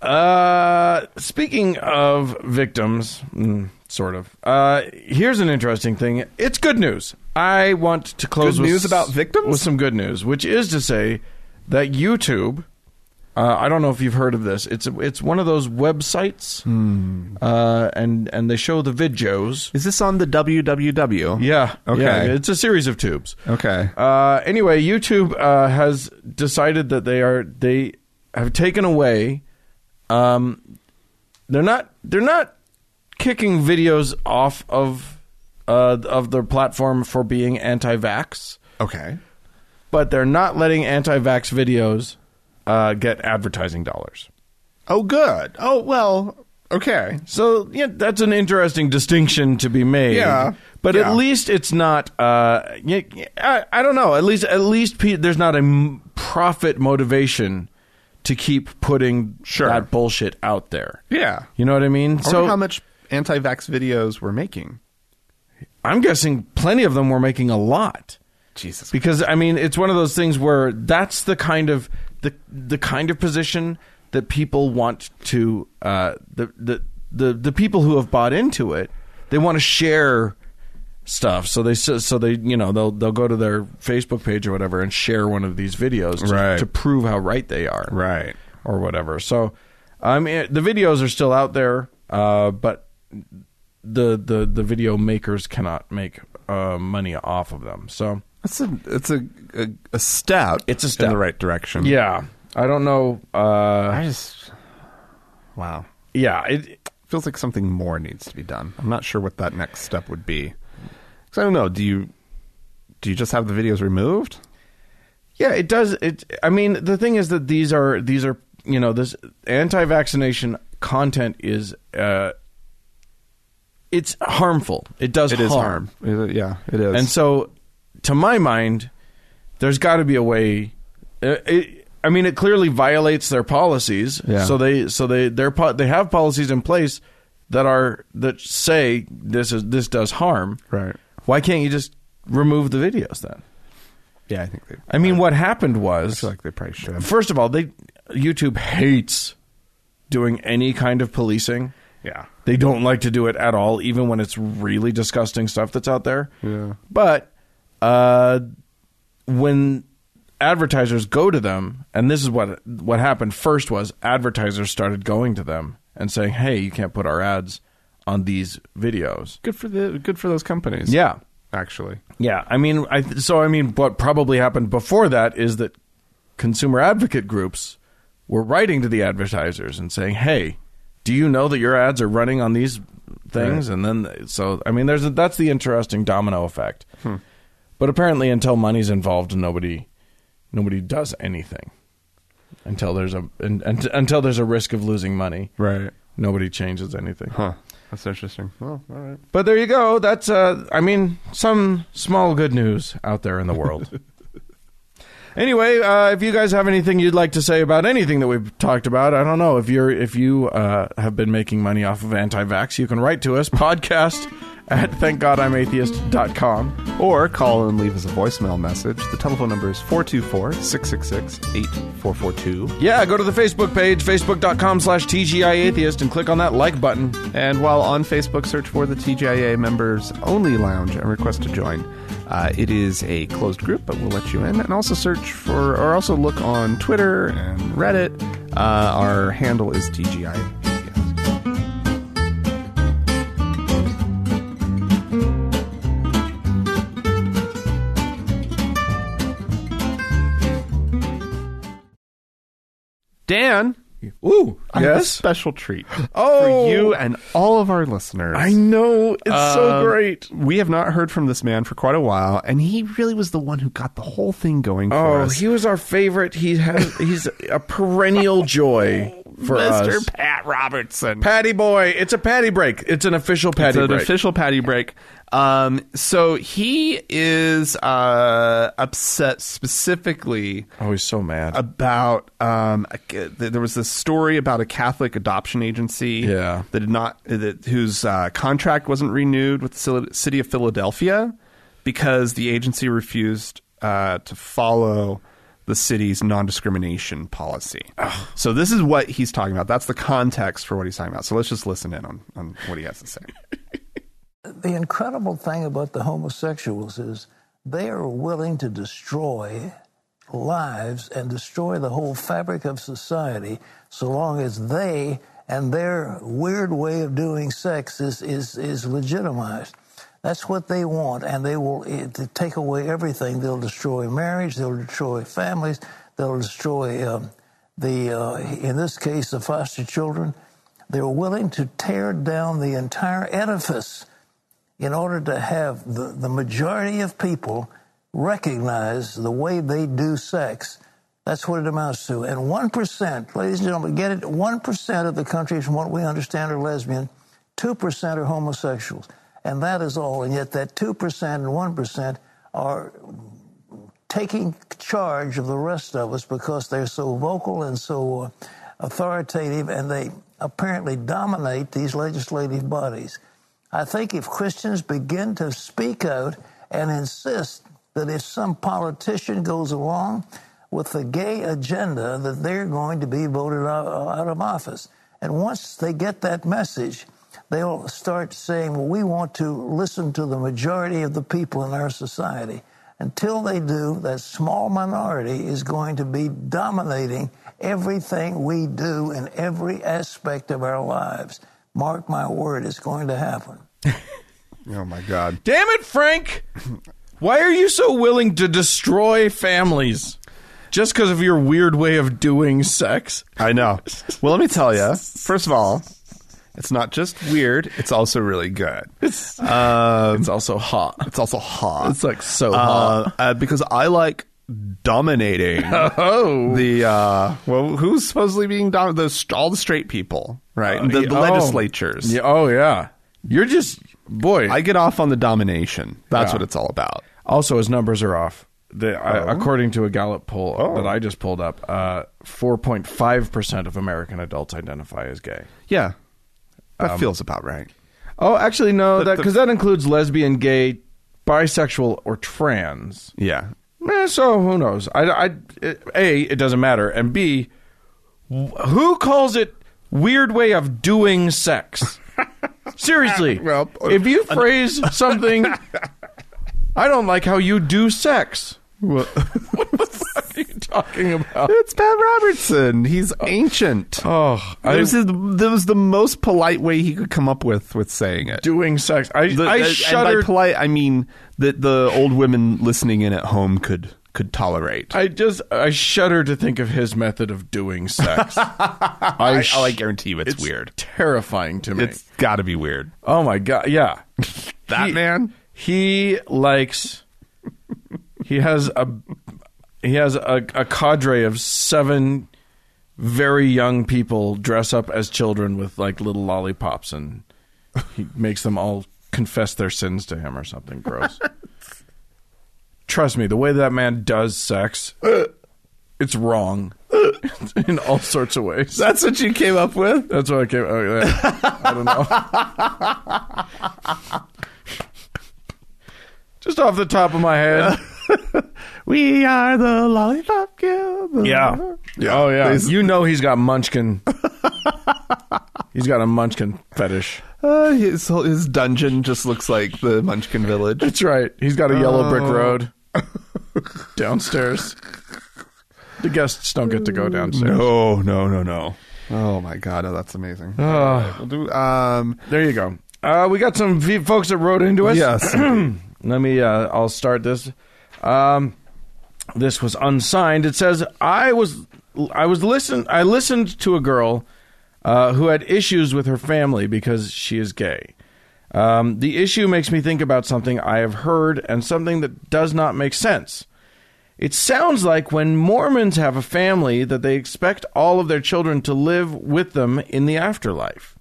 Speaker 1: Uh, speaking of victims, mm, sort of. Uh, here's an interesting thing. It's good news. I want to close
Speaker 2: Good
Speaker 1: with
Speaker 2: news about victims?
Speaker 1: with some good news, which is to say that YouTube. Uh, I don't know if you've heard of this. It's it's one of those websites,
Speaker 2: Hmm.
Speaker 1: uh, and and they show the videos.
Speaker 2: Is this on the WWW?
Speaker 1: Yeah.
Speaker 2: Okay.
Speaker 1: yeah, it's a series of tubes.
Speaker 2: Okay.
Speaker 1: Uh, anyway, YouTube uh, has decided that they are they have taken away. Um, they're not they're not kicking videos off of uh, of their platform for being anti-vax,
Speaker 2: Okay.
Speaker 1: but they're not letting anti-vax videos uh, get advertising dollars.
Speaker 2: Oh, good. Oh, well. Okay.
Speaker 1: So yeah, that's an interesting distinction to be made.
Speaker 2: Yeah.
Speaker 1: but
Speaker 2: Yeah.
Speaker 1: at least it's not. Uh, y- y- I, I don't know. At least at least pe- there's not a m- profit motivation to keep putting
Speaker 2: Sure.
Speaker 1: that bullshit out there.
Speaker 2: Yeah.
Speaker 1: You know what I mean?
Speaker 2: I
Speaker 1: so
Speaker 2: wonder how much anti-vax videos we're making.
Speaker 1: I'm guessing plenty of them were making a lot.
Speaker 2: Jesus.
Speaker 1: because I mean it's one of those things where that's the kind of the the kind of position that people want to uh, the, the the the people who have bought into it they want to share stuff so they so so they you know they'll they'll go to their Facebook page or whatever and share one of these videos to,
Speaker 2: Right.
Speaker 1: to prove how right they are
Speaker 2: Right.
Speaker 1: or whatever so I mean the videos are still out there uh, but the the the video makers cannot make uh, money off of them so.
Speaker 2: That's a it's a, a a step.
Speaker 1: It's a step.
Speaker 2: in the right direction.
Speaker 1: Yeah, I don't know. Uh,
Speaker 2: I just. Wow.
Speaker 1: yeah, it,
Speaker 2: feels like something more needs to be done. I'm not sure what that next step would be. 'Cause I don't know. Do you do you just have the videos removed?
Speaker 1: yeah, it does. It. I mean, the thing is that these are these are you know this anti-vaccination content is uh, it's harmful. It does harm.
Speaker 2: Is it- yeah, it is.
Speaker 1: And so, to my mind, there's got to be a way. uh, It, I mean, it clearly violates their policies.
Speaker 2: Yeah.
Speaker 1: So they, so they, their po- they have policies in place that are that say this is this does harm.
Speaker 2: Right.
Speaker 1: Why can't you just remove the videos then?
Speaker 2: yeah, I think they.
Speaker 1: I mean, what happened was,
Speaker 2: feel like they probably should.
Speaker 1: first of all, they YouTube hates doing any kind of policing.
Speaker 2: Yeah.
Speaker 1: They don't like to do it at all, even when it's really disgusting stuff that's out there.
Speaker 2: Yeah.
Speaker 1: But uh, when advertisers go to them, and this is what what happened first was advertisers started going to them and saying, "Hey, you can't put our ads on these videos."
Speaker 2: Good for the good for those companies.
Speaker 1: Yeah,
Speaker 2: actually.
Speaker 1: yeah. I mean, I so I mean, what probably happened before that is that consumer advocate groups were writing to the advertisers and saying, "Hey, do you know that your ads are running on these things?" And then so I mean, there's a, that's the interesting domino effect. But apparently, until money's involved, nobody nobody does anything until there's a and, and, until there's a risk of losing money.
Speaker 2: Right.
Speaker 1: Nobody changes anything.
Speaker 2: Huh. That's interesting. Well, all right.
Speaker 1: But there you go. That's uh I mean some small good news out there in the world. anyway, uh, if you guys have anything you'd like to say about anything that we've talked about, I don't know if you're if you uh, have been making money off of anti-vax, you can write to us podcast at thankgodimatheist.com.
Speaker 2: or call and leave us a voicemail message. The telephone number is 424 666 8442.
Speaker 1: Yeah, go to the Facebook page, facebook.com slash TGI Atheist, and click on that like button.
Speaker 2: And while on Facebook, search for the TGIA Members Only Lounge and request to join. Uh, it is a closed group, but we'll let you in. And also search for, or also look on Twitter and Reddit. Uh, our handle is TGIA. Dan,
Speaker 1: Ooh,
Speaker 2: I have a special treat
Speaker 1: Oh.
Speaker 2: for you and all of our listeners.
Speaker 1: I know. It's so
Speaker 2: Um,
Speaker 1: great.
Speaker 2: We have not heard from this man for quite a while, and he really was the one who got the whole thing going for
Speaker 1: Oh,
Speaker 2: us.
Speaker 1: he was our favorite. He has he's a perennial joy for
Speaker 2: Mr.
Speaker 1: us.
Speaker 2: Pat Robertson.
Speaker 1: Patty boy, it's a patty break. It's an official patty
Speaker 2: it's an
Speaker 1: break.
Speaker 2: official patty break. Um, so he is uh, upset specifically
Speaker 1: oh, he's so mad.
Speaker 2: about um, a- th- there was this story about a Catholic adoption agency
Speaker 1: Yeah.
Speaker 2: that did not that, whose uh, contract wasn't renewed with the Sil- city of Philadelphia because the agency refused uh, to follow the city's non-discrimination policy. So this is what he's talking about. That's the context for what he's talking about. So let's just listen in on, on what he has to say.
Speaker 3: The incredible thing about the homosexuals is they are willing to destroy lives and destroy the whole fabric of society so long as they and their weird way of doing sex is, is, is legitimized. That's what they want, and they will eh, to take away everything. They'll destroy marriage, they'll destroy families, they'll destroy um, the, uh, in this case, the foster children. They're willing to tear down the entire edifice in order to have the, the majority of people recognize the way they do sex. That's what it amounts to. And 1%, ladies and gentlemen, get it 1% of the country, from what we understand, are lesbian, 2% are homosexuals. And that is all. And yet, that 2% and 1% are taking charge of the rest of us because they're so vocal and so uh, authoritative and they apparently dominate these legislative bodies. I think if Christians begin to speak out and insist that if some politician goes along with the gay agenda, that they're going to be voted out, out of office. And once they get that message, they'll start saying, well, we want to listen to the majority of the people in our society. Until they do, that small minority is going to be dominating everything we do in every aspect of our lives. Mark my word, it's going to happen.
Speaker 2: Oh my god.
Speaker 1: Damn it, Frank! Why are you so willing to destroy families just because of your weird way of doing sex?
Speaker 2: I know. Well, let me tell you. First of all, it's not just weird, it's also really good. Um,
Speaker 1: it's also hot.
Speaker 2: It's also hot.
Speaker 1: It's like so hot.
Speaker 2: uh, uh, because I like dominating
Speaker 1: Oh,
Speaker 2: the uh well who's supposedly being dom- the st- all the straight people, right? the, the
Speaker 1: Oh.
Speaker 2: legislatures.
Speaker 1: Yeah, oh yeah. You're just boy.
Speaker 2: I get off on the domination. That's
Speaker 1: Yeah.
Speaker 2: what it's all about.
Speaker 1: also, his numbers are off. The, I- according to a Gallup poll that I just pulled up, uh, 4.5% of American adults identify as gay.
Speaker 2: Yeah. That feels about right.
Speaker 1: Oh, actually, no, because that includes lesbian, gay, bisexual, or trans.
Speaker 2: Yeah.
Speaker 1: Eh, so who knows? I, I, it- a, it doesn't matter, and b, wh- who calls it weird way of doing sex? Seriously,
Speaker 2: Well,
Speaker 1: if you phrase something, I don't like how you do sex. what the fuck are you talking about?
Speaker 2: It's Pat Robertson. He's ancient.
Speaker 1: Oh, I
Speaker 2: That was, his, that was the most polite way he could come up with with saying it.
Speaker 1: doing sex. I,
Speaker 2: The-
Speaker 1: I
Speaker 2: the- And
Speaker 1: shuddered.
Speaker 2: by polite, I mean that the old women listening in at home could could tolerate.
Speaker 1: I just I shudder to think of his method of doing sex. I,
Speaker 2: I, I guarantee you, it's, weird.
Speaker 1: terrifying to me.
Speaker 2: It's got to be weird.
Speaker 1: Oh my god, yeah.
Speaker 2: That
Speaker 1: He-
Speaker 2: man.
Speaker 1: He likes he has a he has a, a cadre of seven very young people dress up as children with like little lollipops and he makes them all confess their sins to him or something gross. Trust me, the way that man does sex, it's wrong in all sorts of ways.
Speaker 2: That's what you came up with.
Speaker 1: That's what I came. Oh, yeah. I don't know. Just off the top of my head.
Speaker 2: we are the lollipop guild.
Speaker 1: Yeah. Oh yeah. you know he's got munchkin. he's got a munchkin fetish.
Speaker 2: Uh, his whole- his dungeon just looks like the Munchkin Village.
Speaker 1: That's right. Oh. He's got a yellow brick road downstairs. The guests don't get to go downstairs.
Speaker 2: No, no, no, no. Oh my god, oh, that's amazing.
Speaker 1: Ah.
Speaker 2: We'll do um
Speaker 1: There you go. Uh, we got some v- folks that wrote into us.
Speaker 2: Yes.
Speaker 1: Let me. Uh, I'll start this. Um, this was unsigned. It says I was I was listen I listened to a girl uh, who had issues with her family because she is gay. Um, the issue makes me think about something I have heard and something that does not make sense. It sounds like when Mormons have a family that they expect all of their children to live with them in the afterlife.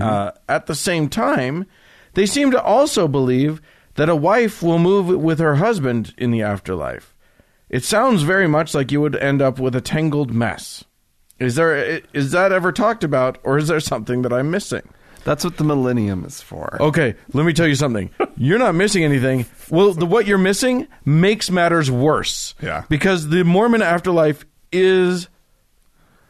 Speaker 1: Uh, at the same time, they seem to also believe that a wife will move with her husband in the afterlife. It sounds very much like you would end up with a tangled mess. Is there is that ever talked about, or is there something that I'm missing?
Speaker 2: that's what the millennium is for.
Speaker 1: Okay, let me tell you something. You're not missing anything. Well, the, what you're missing makes matters worse.
Speaker 2: Yeah.
Speaker 1: Because the Mormon afterlife is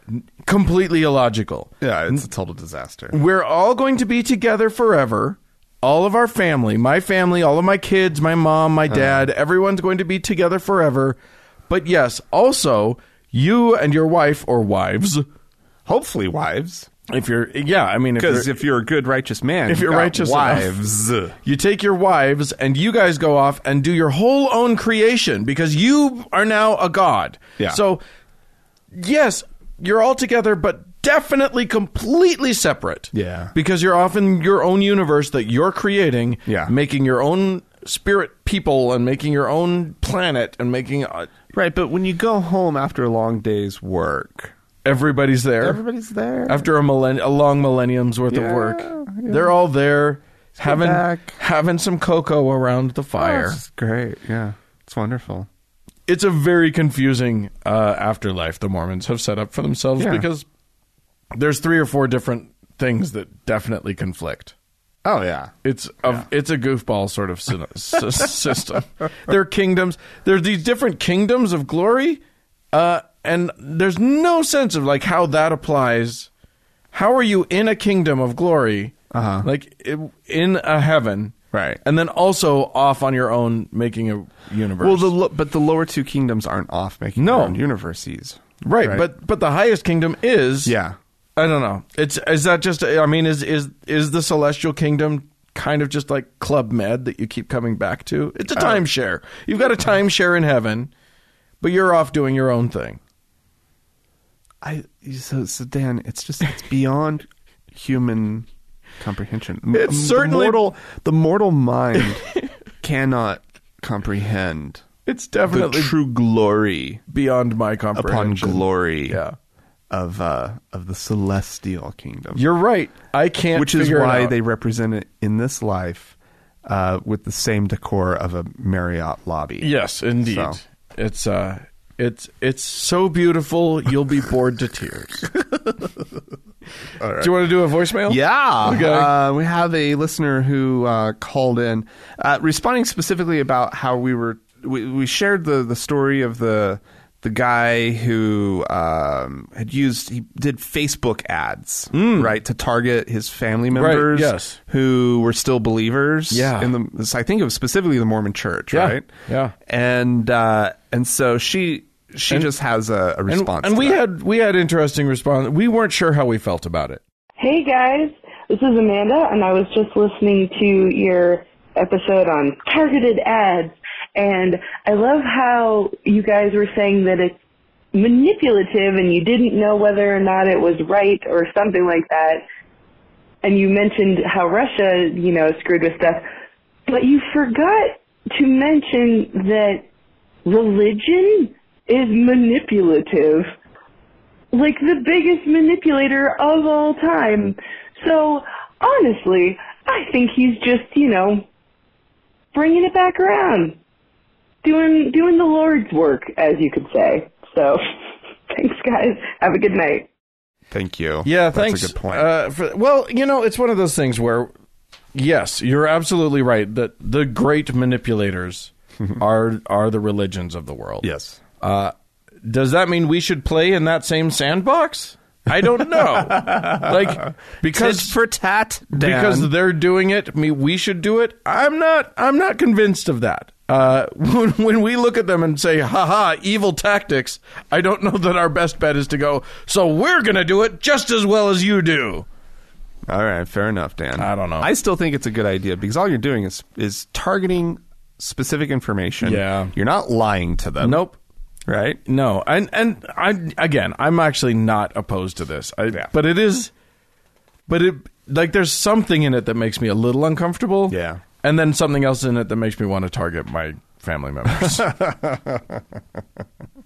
Speaker 1: n- completely illogical.
Speaker 2: Yeah, it's a total disaster.
Speaker 1: We're all going to be together forever. All of our family, my family, all of my kids, my mom,
Speaker 2: Uh-huh.
Speaker 1: my dad, everyone's going to be together forever. But yes, also, you and your wife or wives,
Speaker 2: Hopefully wives,
Speaker 1: if you're, yeah, I mean, if you're,
Speaker 2: because if you're a good righteous man,
Speaker 1: If
Speaker 2: you
Speaker 1: you're
Speaker 2: got
Speaker 1: righteous enough.
Speaker 2: wives.
Speaker 1: You take your wives and you guys go off and do your whole own creation because you are now a god.
Speaker 2: Yeah.
Speaker 1: So, yes, you're all together, but definitely completely separate.
Speaker 2: Yeah.
Speaker 1: Because you're off in your own universe that you're creating,
Speaker 2: Yeah.
Speaker 1: making your own spirit people and making your own planet and making uh,
Speaker 2: Right, but when you go home after a long day's work,
Speaker 1: everybody's there.
Speaker 2: everybody's there.
Speaker 1: after a millenn- a long millennium's worth of
Speaker 2: Yeah,
Speaker 1: work.
Speaker 2: yeah.
Speaker 1: They're all there having
Speaker 2: back.
Speaker 1: having some cocoa around the fire.
Speaker 2: Oh, It's great. Yeah, it's wonderful.
Speaker 1: it's a very confusing uh, afterlife the Mormons have set up for themselves
Speaker 2: Yeah.
Speaker 1: because there's three or four different things that definitely conflict.
Speaker 2: Oh yeah,
Speaker 1: It's a it's a goofball sort of syn- s- system. There are kingdoms. There's these different kingdoms of glory, uh, and there's no sense of like how that applies. How are you in a kingdom of glory,
Speaker 2: Uh-huh.
Speaker 1: like i- in a heaven,
Speaker 2: Right.
Speaker 1: And then also off on your own, making a universe.
Speaker 2: Well, the lo- but the lower two kingdoms aren't off making
Speaker 1: No.
Speaker 2: their own universes.
Speaker 1: Right, but but the highest kingdom is
Speaker 2: Yeah.
Speaker 1: I don't know. It's is that just I mean is is is the celestial kingdom kind of just like Club Med that you keep coming back to? It's a
Speaker 2: Uh,
Speaker 1: timeshare. You've got a timeshare in heaven, but you're off doing your own thing.
Speaker 2: I so so Dan, it's just it's beyond human comprehension. M- m-
Speaker 1: It's certainly-
Speaker 2: the mortal, the mortal mind cannot comprehend
Speaker 1: It's
Speaker 2: the
Speaker 1: definitely
Speaker 2: true glory
Speaker 1: beyond my
Speaker 2: upon
Speaker 1: comprehension.
Speaker 2: glory
Speaker 1: Yeah.
Speaker 2: of uh of the celestial kingdom.
Speaker 1: You're right. I can't
Speaker 2: which is
Speaker 1: figure it
Speaker 2: why
Speaker 1: out.
Speaker 2: they represent it in this life uh, with the same decor of a Marriott lobby.
Speaker 1: Yes, indeed.
Speaker 2: So.
Speaker 1: It's uh it's it's so beautiful you'll be bored to tears. Do you want to do a voicemail?
Speaker 2: Yeah.
Speaker 1: Okay.
Speaker 2: Uh, we have a listener who uh, called in, uh, responding specifically about how we were we, we shared the the story of the the guy who um, had used he did Facebook ads right to target his family members
Speaker 1: Mm. yes.
Speaker 2: who were still believers
Speaker 1: Yeah.
Speaker 2: in the so I think it was specifically the Mormon Church
Speaker 1: Yeah.
Speaker 2: right
Speaker 1: Yeah.
Speaker 2: and uh, and so she she just has a, a
Speaker 1: And,
Speaker 2: response
Speaker 1: and
Speaker 2: to
Speaker 1: we
Speaker 2: that.
Speaker 1: had we had interesting response. We weren't sure how we felt about it.
Speaker 4: Hey guys, this is Amanda, and I was just listening to your episode on targeted ads, and I love how you guys were saying that it's manipulative and you didn't know whether or not it was right or something like that. And you mentioned how Russia, you know, screwed with stuff, but you forgot to mention that religion is manipulative like the biggest manipulator of all time. So honestly, I think he's just you know bringing it back around, doing doing the Lord's work, as you could say. So thanks, guys. Have a good night.
Speaker 2: thank you
Speaker 1: Yeah,
Speaker 2: That's
Speaker 1: thanks.
Speaker 2: a good point
Speaker 1: Uh, for, well, you know, it's one of those things where Yes, you're absolutely right. That the great manipulators are are the religions of the world.
Speaker 2: Yes.
Speaker 1: Uh, does that mean we should play in that same sandbox? I don't know. like because
Speaker 2: Tit for tat, Dan.
Speaker 1: because they're doing it me we should do it i'm not i'm not convinced of that uh, when, when we look at them and say haha evil tactics i don't know that our best bet is to go so we're gonna do it just as well as you do
Speaker 2: all right, fair enough, Dan.
Speaker 1: I don't know.
Speaker 2: I still think it's a good idea because all you're doing is is targeting specific information.
Speaker 1: Yeah.
Speaker 2: you're not lying to them.
Speaker 1: nope
Speaker 2: Right.
Speaker 1: no and and i again i'm actually not opposed to this I, but it is but it like there's something in it that makes me a little uncomfortable
Speaker 2: Yeah.
Speaker 1: and then something else in it that makes me want to target my family members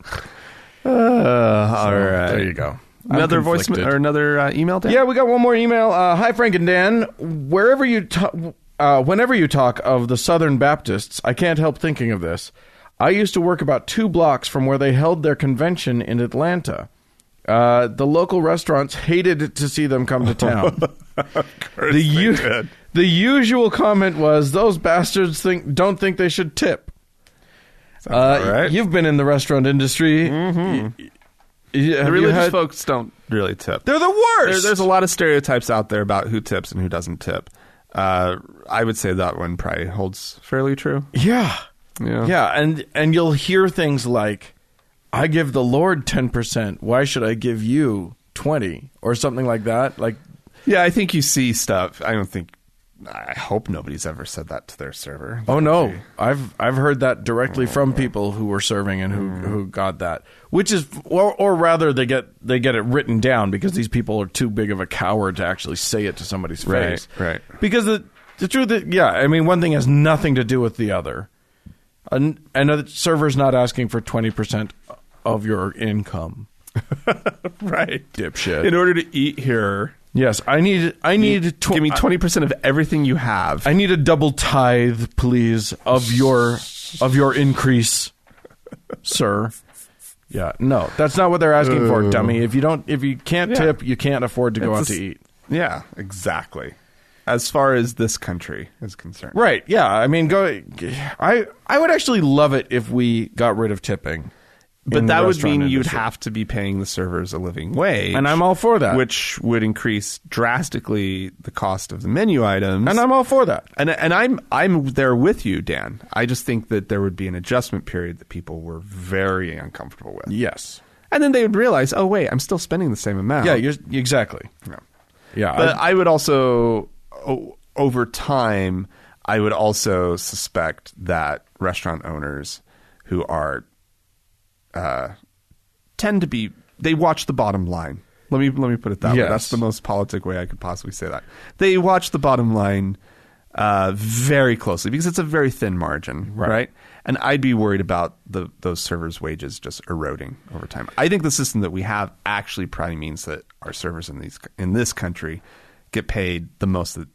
Speaker 1: Uh,
Speaker 2: all right.
Speaker 1: there you go I'm
Speaker 2: Another voice
Speaker 1: conflicted.
Speaker 2: or another uh, email, Dan.
Speaker 1: Yeah, we got one more email. Uh, Hi, Frank and Dan. Wherever you, ta- uh, whenever you talk of the Southern Baptists, I can't help thinking of this. I used to work about two blocks from where they held their convention in Atlanta. Uh, the local restaurants hated to see them come to town. the, u- the usual comment was, "Those bastards think don't think they should tip." Uh,
Speaker 2: right. Mm-hmm.
Speaker 1: You've been in the restaurant industry.
Speaker 2: The religious
Speaker 1: had-
Speaker 2: folks don't really tip.
Speaker 1: They're the
Speaker 2: There-
Speaker 1: worst.
Speaker 2: there's a lot of stereotypes out there about who tips and who doesn't tip. Uh, I would say that one probably holds fairly true.
Speaker 1: Yeah.
Speaker 2: Yeah.
Speaker 1: and and you'll hear things like I give the Lord 10%, why should I give you 20 or something like that? Like
Speaker 2: Yeah, I think you see stuff. I don't think. I hope nobody's ever said that to their server.
Speaker 1: oh no, I've I've heard that directly
Speaker 2: Oh.
Speaker 1: from people who were serving and who
Speaker 2: Hmm.
Speaker 1: who got that. Which is or or rather they get they get it written down because these people are too big of a coward to actually say it to somebody's
Speaker 2: Right,
Speaker 1: face.
Speaker 2: right.
Speaker 1: Because the the truth is yeah, I mean one thing has nothing to do with the other. An, and a server's not asking for 20% of your income.
Speaker 2: right,
Speaker 1: dipshit.
Speaker 2: In order to eat here,
Speaker 1: yes, I need I need tw-
Speaker 2: give me twenty percent of everything you have.
Speaker 1: I need a double tithe, please, of your of your increase, sir. Yeah, no, that's not what they're asking for, dummy. If you don't, if you can't tip, you can't afford to go out
Speaker 2: It's Uh. a
Speaker 1: to
Speaker 2: s-
Speaker 1: eat.
Speaker 2: yeah, exactly. As far as this country is concerned,
Speaker 1: Right? Yeah, I mean, go. I I would actually love it if we got rid of tipping, in
Speaker 2: but
Speaker 1: the
Speaker 2: that would
Speaker 1: restaurant
Speaker 2: mean you'd
Speaker 1: industry.
Speaker 2: have to be paying the servers a living wage,
Speaker 1: and I'm all for that.
Speaker 2: which would increase drastically the cost of the menu items.
Speaker 1: and I'm all for that.
Speaker 2: and, and I'm I'm there with you, Dan. I just think that there would be an adjustment period that people were very uncomfortable with,
Speaker 1: Yes.
Speaker 2: and then they would realize, oh wait, I'm still spending the same amount.
Speaker 1: Yeah. You're exactly.
Speaker 2: Uh-huh. Yeah.
Speaker 1: Yeah.
Speaker 2: But I, would also, o- over time, I would also suspect that restaurant owners who are uh, tend to be they watch the bottom line. Let me let me put it that way.
Speaker 1: Yes.
Speaker 2: That's the most politic way I could possibly say that. They watch the bottom line uh, very closely because it's a very thin margin, right? And I'd be worried about the those servers' wages just eroding over time. I think the system that we have actually probably means that our servers in these in this country get paid the most that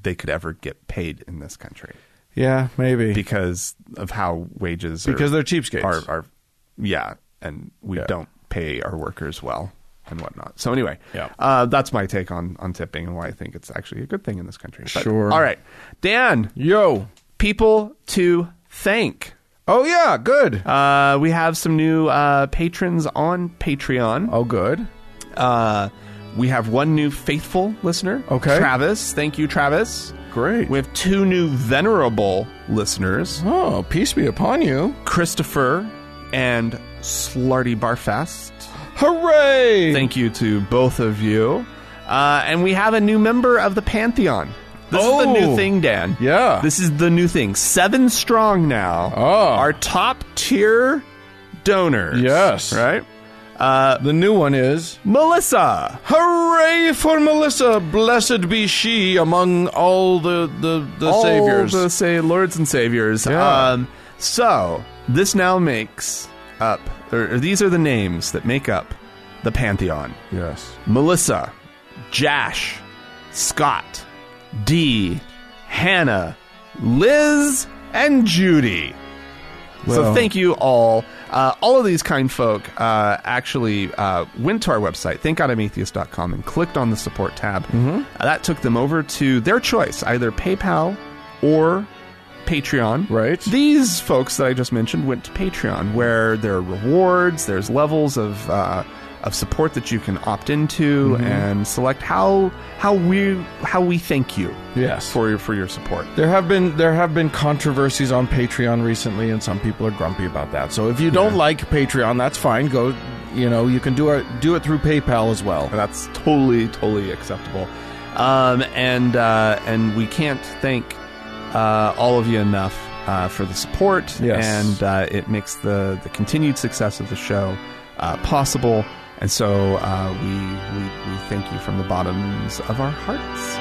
Speaker 2: they could ever get paid in this country
Speaker 1: yeah. Maybe.
Speaker 2: because of how wages
Speaker 1: Because
Speaker 2: are,
Speaker 1: they're cheapskates.
Speaker 2: Are, are yeah, and we
Speaker 1: Yeah.
Speaker 2: don't pay our workers well and whatnot. So anyway,
Speaker 1: Yeah.
Speaker 2: uh, that's my take on on tipping and why I think it's actually a good thing in this country. But-
Speaker 1: Sure.
Speaker 2: All right, Dan,
Speaker 1: Yo.
Speaker 2: people to thank.
Speaker 1: Oh yeah. Good.
Speaker 2: Uh, we have some new uh, patrons on Patreon.
Speaker 1: Oh, good.
Speaker 2: Uh, we have one new faithful listener,
Speaker 1: Okay.
Speaker 2: Travis. Thank you, Travis.
Speaker 1: Great.
Speaker 2: We have two new venerable listeners.
Speaker 1: Oh, peace be upon you.
Speaker 2: Christopher and Slarty Barfast.
Speaker 1: Hooray!
Speaker 2: Thank you to both of you. Uh, and we have a new member of the Pantheon. This is the
Speaker 1: Oh.
Speaker 2: new thing, Dan.
Speaker 1: Yeah.
Speaker 2: This is the new thing. Seven strong now.
Speaker 1: Oh.
Speaker 2: Our top tier donors.
Speaker 1: Yes.
Speaker 2: Right?
Speaker 1: Uh, the new one is
Speaker 2: Melissa.
Speaker 1: Hooray for Melissa! Blessed be she among all the the, the
Speaker 2: All
Speaker 1: saviors.
Speaker 2: the say lords and saviors.
Speaker 1: Yeah.
Speaker 2: Um, so this now makes up, or, or these are the names that make up the Pantheon.
Speaker 1: Yes.
Speaker 2: Melissa, Jash, Scott, Dee, Hannah, Liz, and Judy. so thank you all. Uh, all of these kind folk uh, actually uh, went to our website, thankgodimatheist.com, and clicked on the support tab. Uh, that took them over to their choice, either PayPal or Patreon.
Speaker 1: Right.
Speaker 2: These folks that I just mentioned went to Patreon, where there are rewards, there's levels of uh, of support that you can opt into and select how how we how we thank you
Speaker 1: Yes.
Speaker 2: for your for your support.
Speaker 1: There have been there have been controversies on Patreon recently, and some people are grumpy about that. So if you don't like Patreon, that's fine. Go, you know, you can do it do it through PayPal as well.
Speaker 2: That's totally, totally acceptable. Um, and uh, and we can't thank uh, all of you enough uh, for the support.
Speaker 1: Yes.
Speaker 2: And uh, it makes the, the continued success of the show uh, possible. And so uh, we, we, we thank you from the bottoms of our hearts.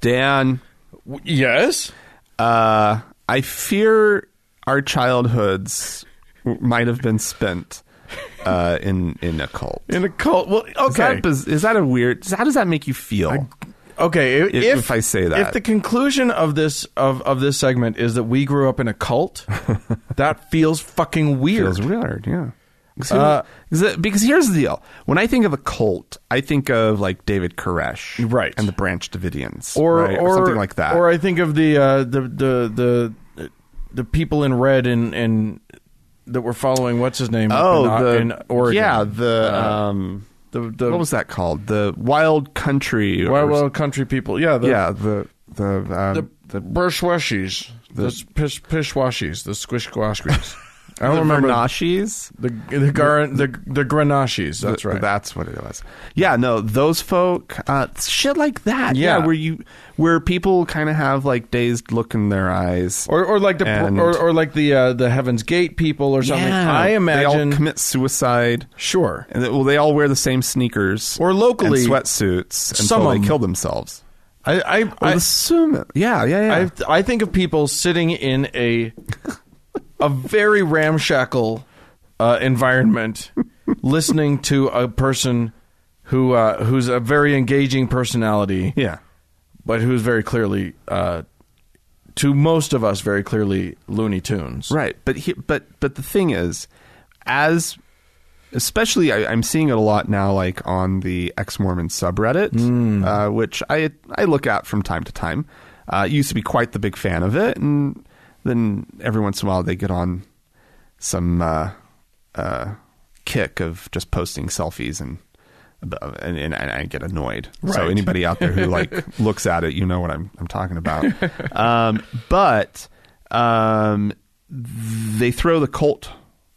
Speaker 2: Dan,
Speaker 1: W- Yes.
Speaker 2: uh, I fear our childhoods might have been spent uh, in in a cult.
Speaker 1: In a cult. Well,
Speaker 2: Is that
Speaker 1: okay.
Speaker 2: biz- is that a weird? How does that make you feel?
Speaker 1: okay. If,
Speaker 2: if I say that.
Speaker 1: if the conclusion of this of of this segment is that we grew up in a cult, that feels fucking weird.
Speaker 2: feels weird, yeah. 'Cause here- because- because here's the deal: when I think of a cult, I think of like David Koresh,
Speaker 1: Right.
Speaker 2: and the Branch Davidians,
Speaker 1: or
Speaker 2: right,
Speaker 1: or
Speaker 2: something like that.
Speaker 1: Or I think of the uh, the the the the people in red and and that were following what's his name? up
Speaker 2: oh,
Speaker 1: in, uh,
Speaker 2: the
Speaker 1: in Oregon. Uh,
Speaker 2: yeah, the um,
Speaker 1: the the
Speaker 2: what was that called? The Wild Country, or
Speaker 1: Wild Wild Country people. Yeah, the,
Speaker 2: yeah, the the um,
Speaker 1: the the Bershwashis, the, pish, Pishwashis, the Squish Squashkies. I
Speaker 2: the
Speaker 1: don't remember
Speaker 2: Vernachis?
Speaker 1: the the gar, the the Granachis. That's
Speaker 2: Th-
Speaker 1: right.
Speaker 2: That's what it was. Yeah, no, those folk, uh, shit like that.
Speaker 1: Yeah.
Speaker 2: where you, where people kind of have like dazed look in their eyes.
Speaker 1: or, or like the
Speaker 2: And-
Speaker 1: or, or like the uh, the Heaven's Gate people or something. I
Speaker 2: they all
Speaker 1: imagine
Speaker 2: commit suicide.
Speaker 1: sure.
Speaker 2: And they, well, they all wear the same sneakers
Speaker 1: Or locally-
Speaker 2: and sweatsuits until
Speaker 1: Some of
Speaker 2: they
Speaker 1: them.
Speaker 2: kill themselves.
Speaker 1: I I,
Speaker 2: I
Speaker 1: I
Speaker 2: assume, it. yeah, yeah, yeah.
Speaker 1: I I think of people sitting in a a very ramshackle uh, environment, listening to a person who uh, who's a very engaging personality,
Speaker 2: yeah,
Speaker 1: but who's very clearly, uh, to most of us, very clearly Looney Tunes.
Speaker 2: right. But he, but but the thing is, as especially I, I'm seeing it a lot now, like on the ex Mormon subreddit, uh, which I I look at from time to time. Uh, used to be quite the big fan of it, and then every once in a while they get on some uh, uh, kick of just posting selfies and. And, and, and I get annoyed. So
Speaker 1: Right.
Speaker 2: anybody out there who like looks at it, you know what I'm I'm talking about. Um, but um, they throw the cult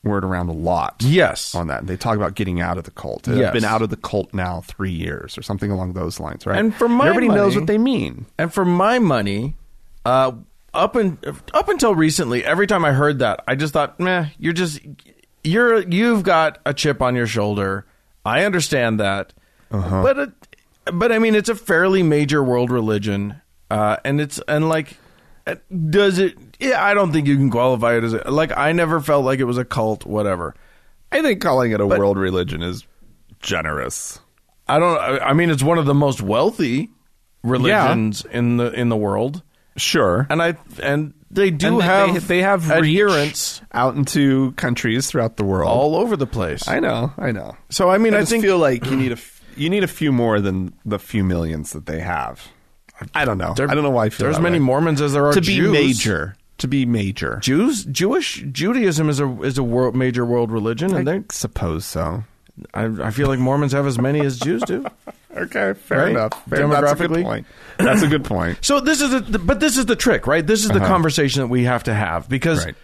Speaker 2: word around a lot
Speaker 1: Yes.
Speaker 2: on that. They talk about getting out of the cult.
Speaker 1: Yes.
Speaker 2: I've been out of the cult now three years or something along those lines, right?
Speaker 1: And for my
Speaker 2: everybody knows
Speaker 1: money-
Speaker 2: what they mean.
Speaker 1: And for my money, uh, up and up until recently, every time I heard that, I just thought, "Meh, you're just you're you've got a chip on your shoulder." I understand that, but it, but I mean, it's a fairly major world religion, uh, and it's and like, uh, does it? Yeah, I don't think you can qualify it as a, like I never felt like it was a cult, whatever.
Speaker 2: I think calling it a world religion is generous.
Speaker 1: I don't. I I mean, it's one of the most wealthy religions in the in the world.
Speaker 2: Sure,
Speaker 1: and I and they do
Speaker 2: And they-
Speaker 1: have
Speaker 2: they, they have reach
Speaker 1: adherents
Speaker 2: out into countries throughout the world.
Speaker 1: all over the place.
Speaker 2: I know, I know.
Speaker 1: so I mean, I,
Speaker 2: I, just
Speaker 1: think
Speaker 2: feel like you need a f- you need a few more than the few millions that they have. I don't know.
Speaker 1: there-
Speaker 2: I don't know why I feel
Speaker 1: there's
Speaker 2: that
Speaker 1: many
Speaker 2: way.
Speaker 1: Mormons as there are
Speaker 2: to
Speaker 1: Jews.
Speaker 2: be major. To be major,
Speaker 1: Jews, Jewish Judaism is a is a world, major world religion, and
Speaker 2: I
Speaker 1: they
Speaker 2: suppose so.
Speaker 1: I, I feel like Mormons have as many as Jews do.
Speaker 2: Okay, fair
Speaker 1: Right?
Speaker 2: enough. Fair, that's a
Speaker 1: Demographically?
Speaker 2: good point. That's a good point.
Speaker 1: So this is the, but this is the trick, right? This is the conversation that we have to have because,
Speaker 2: Uh-huh. Right.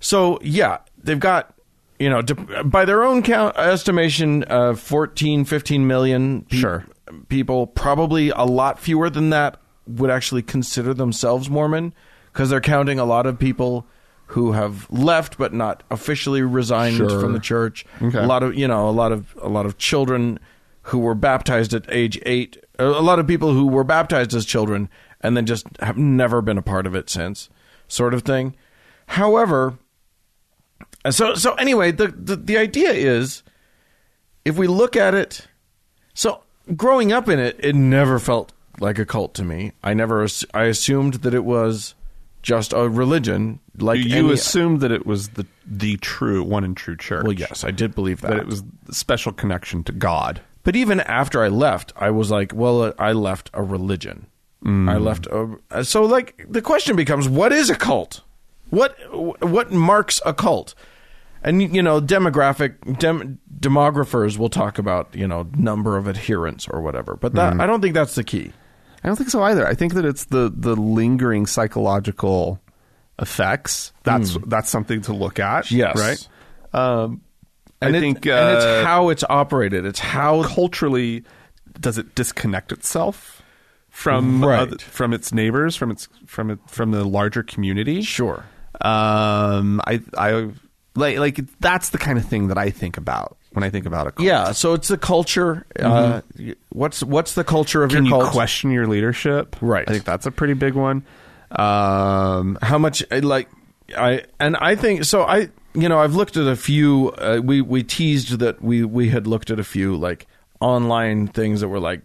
Speaker 1: so yeah, they've got you know de- by their own count estimation, uh, 14, 15 million pe-
Speaker 2: Sure.
Speaker 1: people. Probably a lot fewer than that would actually consider themselves Mormon because they're counting a lot of people who have left but not officially resigned
Speaker 2: Sure.
Speaker 1: from the church.
Speaker 2: Okay.
Speaker 1: A lot of you know a lot of a lot of children who were baptized at age eight. A a lot of people who were baptized as children and then just have never been a part of it since, sort of thing. However, so so anyway, the the, the idea is if we look at it, so growing up in it, it never felt like a cult to me. I never, ass- I assumed that it was just a religion. Like
Speaker 2: you
Speaker 1: any-
Speaker 2: assumed that it was the the true one and true church.
Speaker 1: Well, yes, I did believe that.
Speaker 2: that it was the special connection to God.
Speaker 1: But even after I left, I was like, well, I left a religion.
Speaker 2: Mm.
Speaker 1: I left a so like the question becomes, what is a cult? What what marks a cult? And you know, demographic dem, demographers will talk about you know number of adherents or whatever, but
Speaker 2: Mm.
Speaker 1: that I don't think that's the key.
Speaker 2: I don't think so either. I think that it's the the lingering psychological effects. That's that's something to look at.
Speaker 1: Yes.
Speaker 2: right. Um,
Speaker 1: And
Speaker 2: I
Speaker 1: it-
Speaker 2: think
Speaker 1: and
Speaker 2: uh,
Speaker 1: it's how it's operated. It's how
Speaker 2: culturally does it disconnect itself from
Speaker 1: Right.
Speaker 2: oth- from its neighbors, from its from it, from the larger community?
Speaker 1: sure.
Speaker 2: Um, I I like like that's the kind of thing that I think about when I think about a cult.
Speaker 1: Yeah, so it's the culture. Uh, what's what's the culture of
Speaker 2: Mm-hmm. Can
Speaker 1: your
Speaker 2: you
Speaker 1: cult?
Speaker 2: question your leadership?
Speaker 1: Right.
Speaker 2: I think that's a pretty big one. Um,
Speaker 1: how much I like I and I think so I you know I've looked at a few uh, we we teased that we we had looked at a few like online things that were like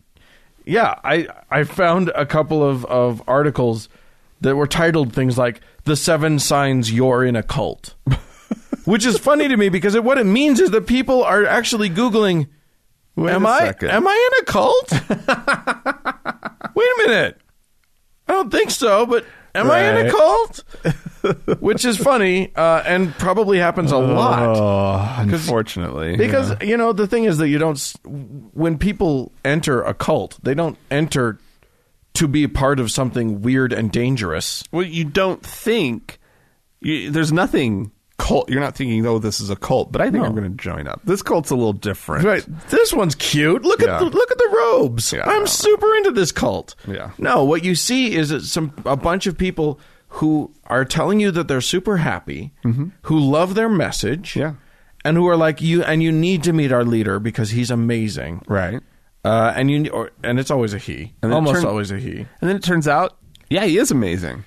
Speaker 1: yeah I I found a couple of of articles that were titled things like the seven signs you're in a cult which is funny to me because it, what it means is that people are actually googling
Speaker 2: Wait
Speaker 1: am
Speaker 2: a
Speaker 1: I
Speaker 2: second.
Speaker 1: am I in a cult Wait a minute I don't think so, but am I in a
Speaker 2: Right.
Speaker 1: cult? Which is funny uh, and probably happens a lot.
Speaker 2: oh, unfortunately,
Speaker 1: Because, you know, the thing is that you don't, s- when people enter a cult, they don't enter to be part of something weird and dangerous.
Speaker 2: well, you don't think you, there's nothing cult. You're not thinking, oh, this is a cult, but I think I'm going to join up. This cult's a little different,
Speaker 1: Right. This one's cute. Look
Speaker 2: Yeah.
Speaker 1: at the, look at the robes.
Speaker 2: Yeah,
Speaker 1: I'm
Speaker 2: no.
Speaker 1: super into this cult.
Speaker 2: Yeah.
Speaker 1: No, what you see is that some a bunch of people who are telling you that they're super happy, who love their message,
Speaker 2: Mm-hmm. Yeah.
Speaker 1: and who are like you and you need to meet our leader because he's amazing,
Speaker 2: Right.
Speaker 1: Uh, and you or, and it's always a he,
Speaker 2: And it
Speaker 1: almost
Speaker 2: turn-
Speaker 1: always a he,
Speaker 2: And then it turns out, yeah, he is amazing.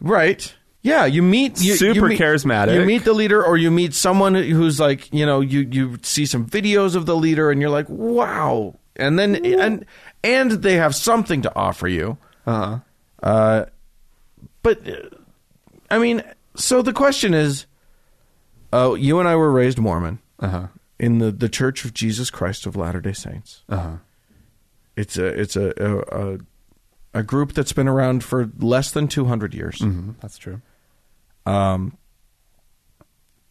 Speaker 1: right? Yeah, you meet you, you
Speaker 2: Super
Speaker 1: meet-
Speaker 2: charismatic.
Speaker 1: You meet the leader, or you meet someone who's like you know you you see some videos of the leader, and you're like, wow. And then and and they have something to offer you.
Speaker 2: Uh-huh.
Speaker 1: Uh, but uh, I mean, so the question is, oh, you and I were raised Mormon
Speaker 2: Uh-huh.
Speaker 1: in the the Church of Jesus Christ of Latter Day Saints.
Speaker 2: Uh-huh.
Speaker 1: It's a it's a a, a a group that's been around for less than two hundred years.
Speaker 2: Mm-hmm. That's true.
Speaker 1: Um,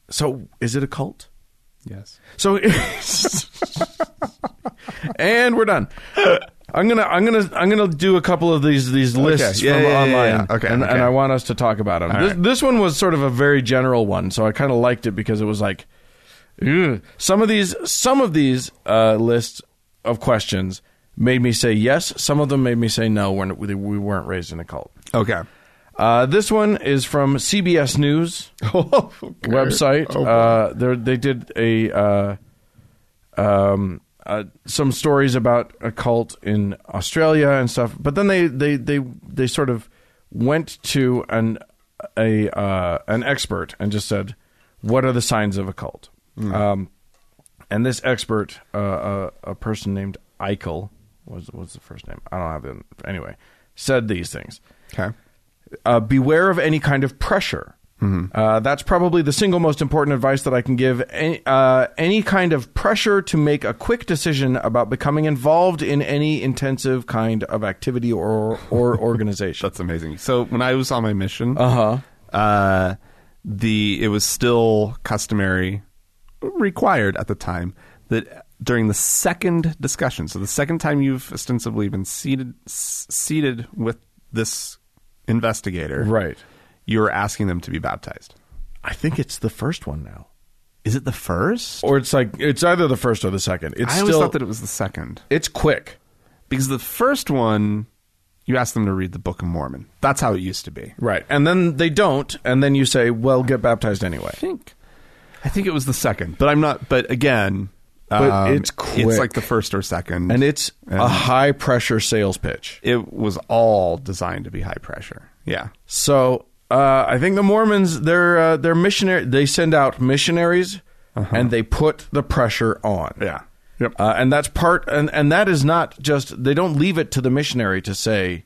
Speaker 1: so is it a cult?
Speaker 2: Yes.
Speaker 1: So, and we're done. I'm gonna, I'm gonna, I'm gonna do a couple of these these lists
Speaker 2: Yeah,
Speaker 1: from
Speaker 2: yeah, yeah,
Speaker 1: online.
Speaker 2: yeah, yeah. Okay,
Speaker 1: and,
Speaker 2: okay.
Speaker 1: and I want us to talk about them. This,
Speaker 2: right.
Speaker 1: this one was sort of a very general one, so I kind of liked it because it was like, ugh. some of these, some of these uh, lists of questions made me say yes. Some of them made me say no. When we we weren't raised in a cult.
Speaker 2: Okay.
Speaker 1: Uh, this one is from CBS News
Speaker 2: Oh,
Speaker 1: website. uh, there- they did a uh, um, uh, some stories about a cult in Australia and stuff, but then they they they, they sort of went to an a uh, an expert and just said, "What are the signs of a cult?" Um, and this expert, uh, a, a person named Eichel, was was the first name. I don't have the anyway. Said these things
Speaker 2: Okay.
Speaker 1: uh, beware of any kind of pressure. Uh, that's probably the single most important advice that I can give. Any, uh, any kind of pressure to make a quick decision about becoming involved in any intensive kind of activity or or organization.
Speaker 2: That's amazing. So when I was on my mission,
Speaker 1: Uh-huh.
Speaker 2: uh, the it was still customary, required at the time that during the second discussion, so the second time you've ostensibly been seated s- seated with this investigator,
Speaker 1: Right.
Speaker 2: You're asking them to be baptized.
Speaker 1: I think it's the first one now,
Speaker 2: Is it the first?
Speaker 1: or it's like it's either the first or the second. It's
Speaker 2: I always
Speaker 1: still
Speaker 2: thought that it was the second
Speaker 1: it's quick,
Speaker 2: because the first one, you asked them to read the Book of Mormon. That's how it used to be.
Speaker 1: right? And then they don't, and then you say, "Well, get baptized anyway."
Speaker 2: think I think it was the second, but I'm not. But again,
Speaker 1: But
Speaker 2: um,
Speaker 1: it's quick.
Speaker 2: It's like the first or second,
Speaker 1: And it's a high pressure sales pitch.
Speaker 2: it was all designed to be high pressure. Yeah,
Speaker 1: So uh, I think the Mormons, they're uh, they're missionary. They send out missionaries, and they put the pressure on.
Speaker 2: Uh-huh. yeah.
Speaker 1: Yep. Uh, and that's part, and, and that is not just, they don't leave it to the missionary to say,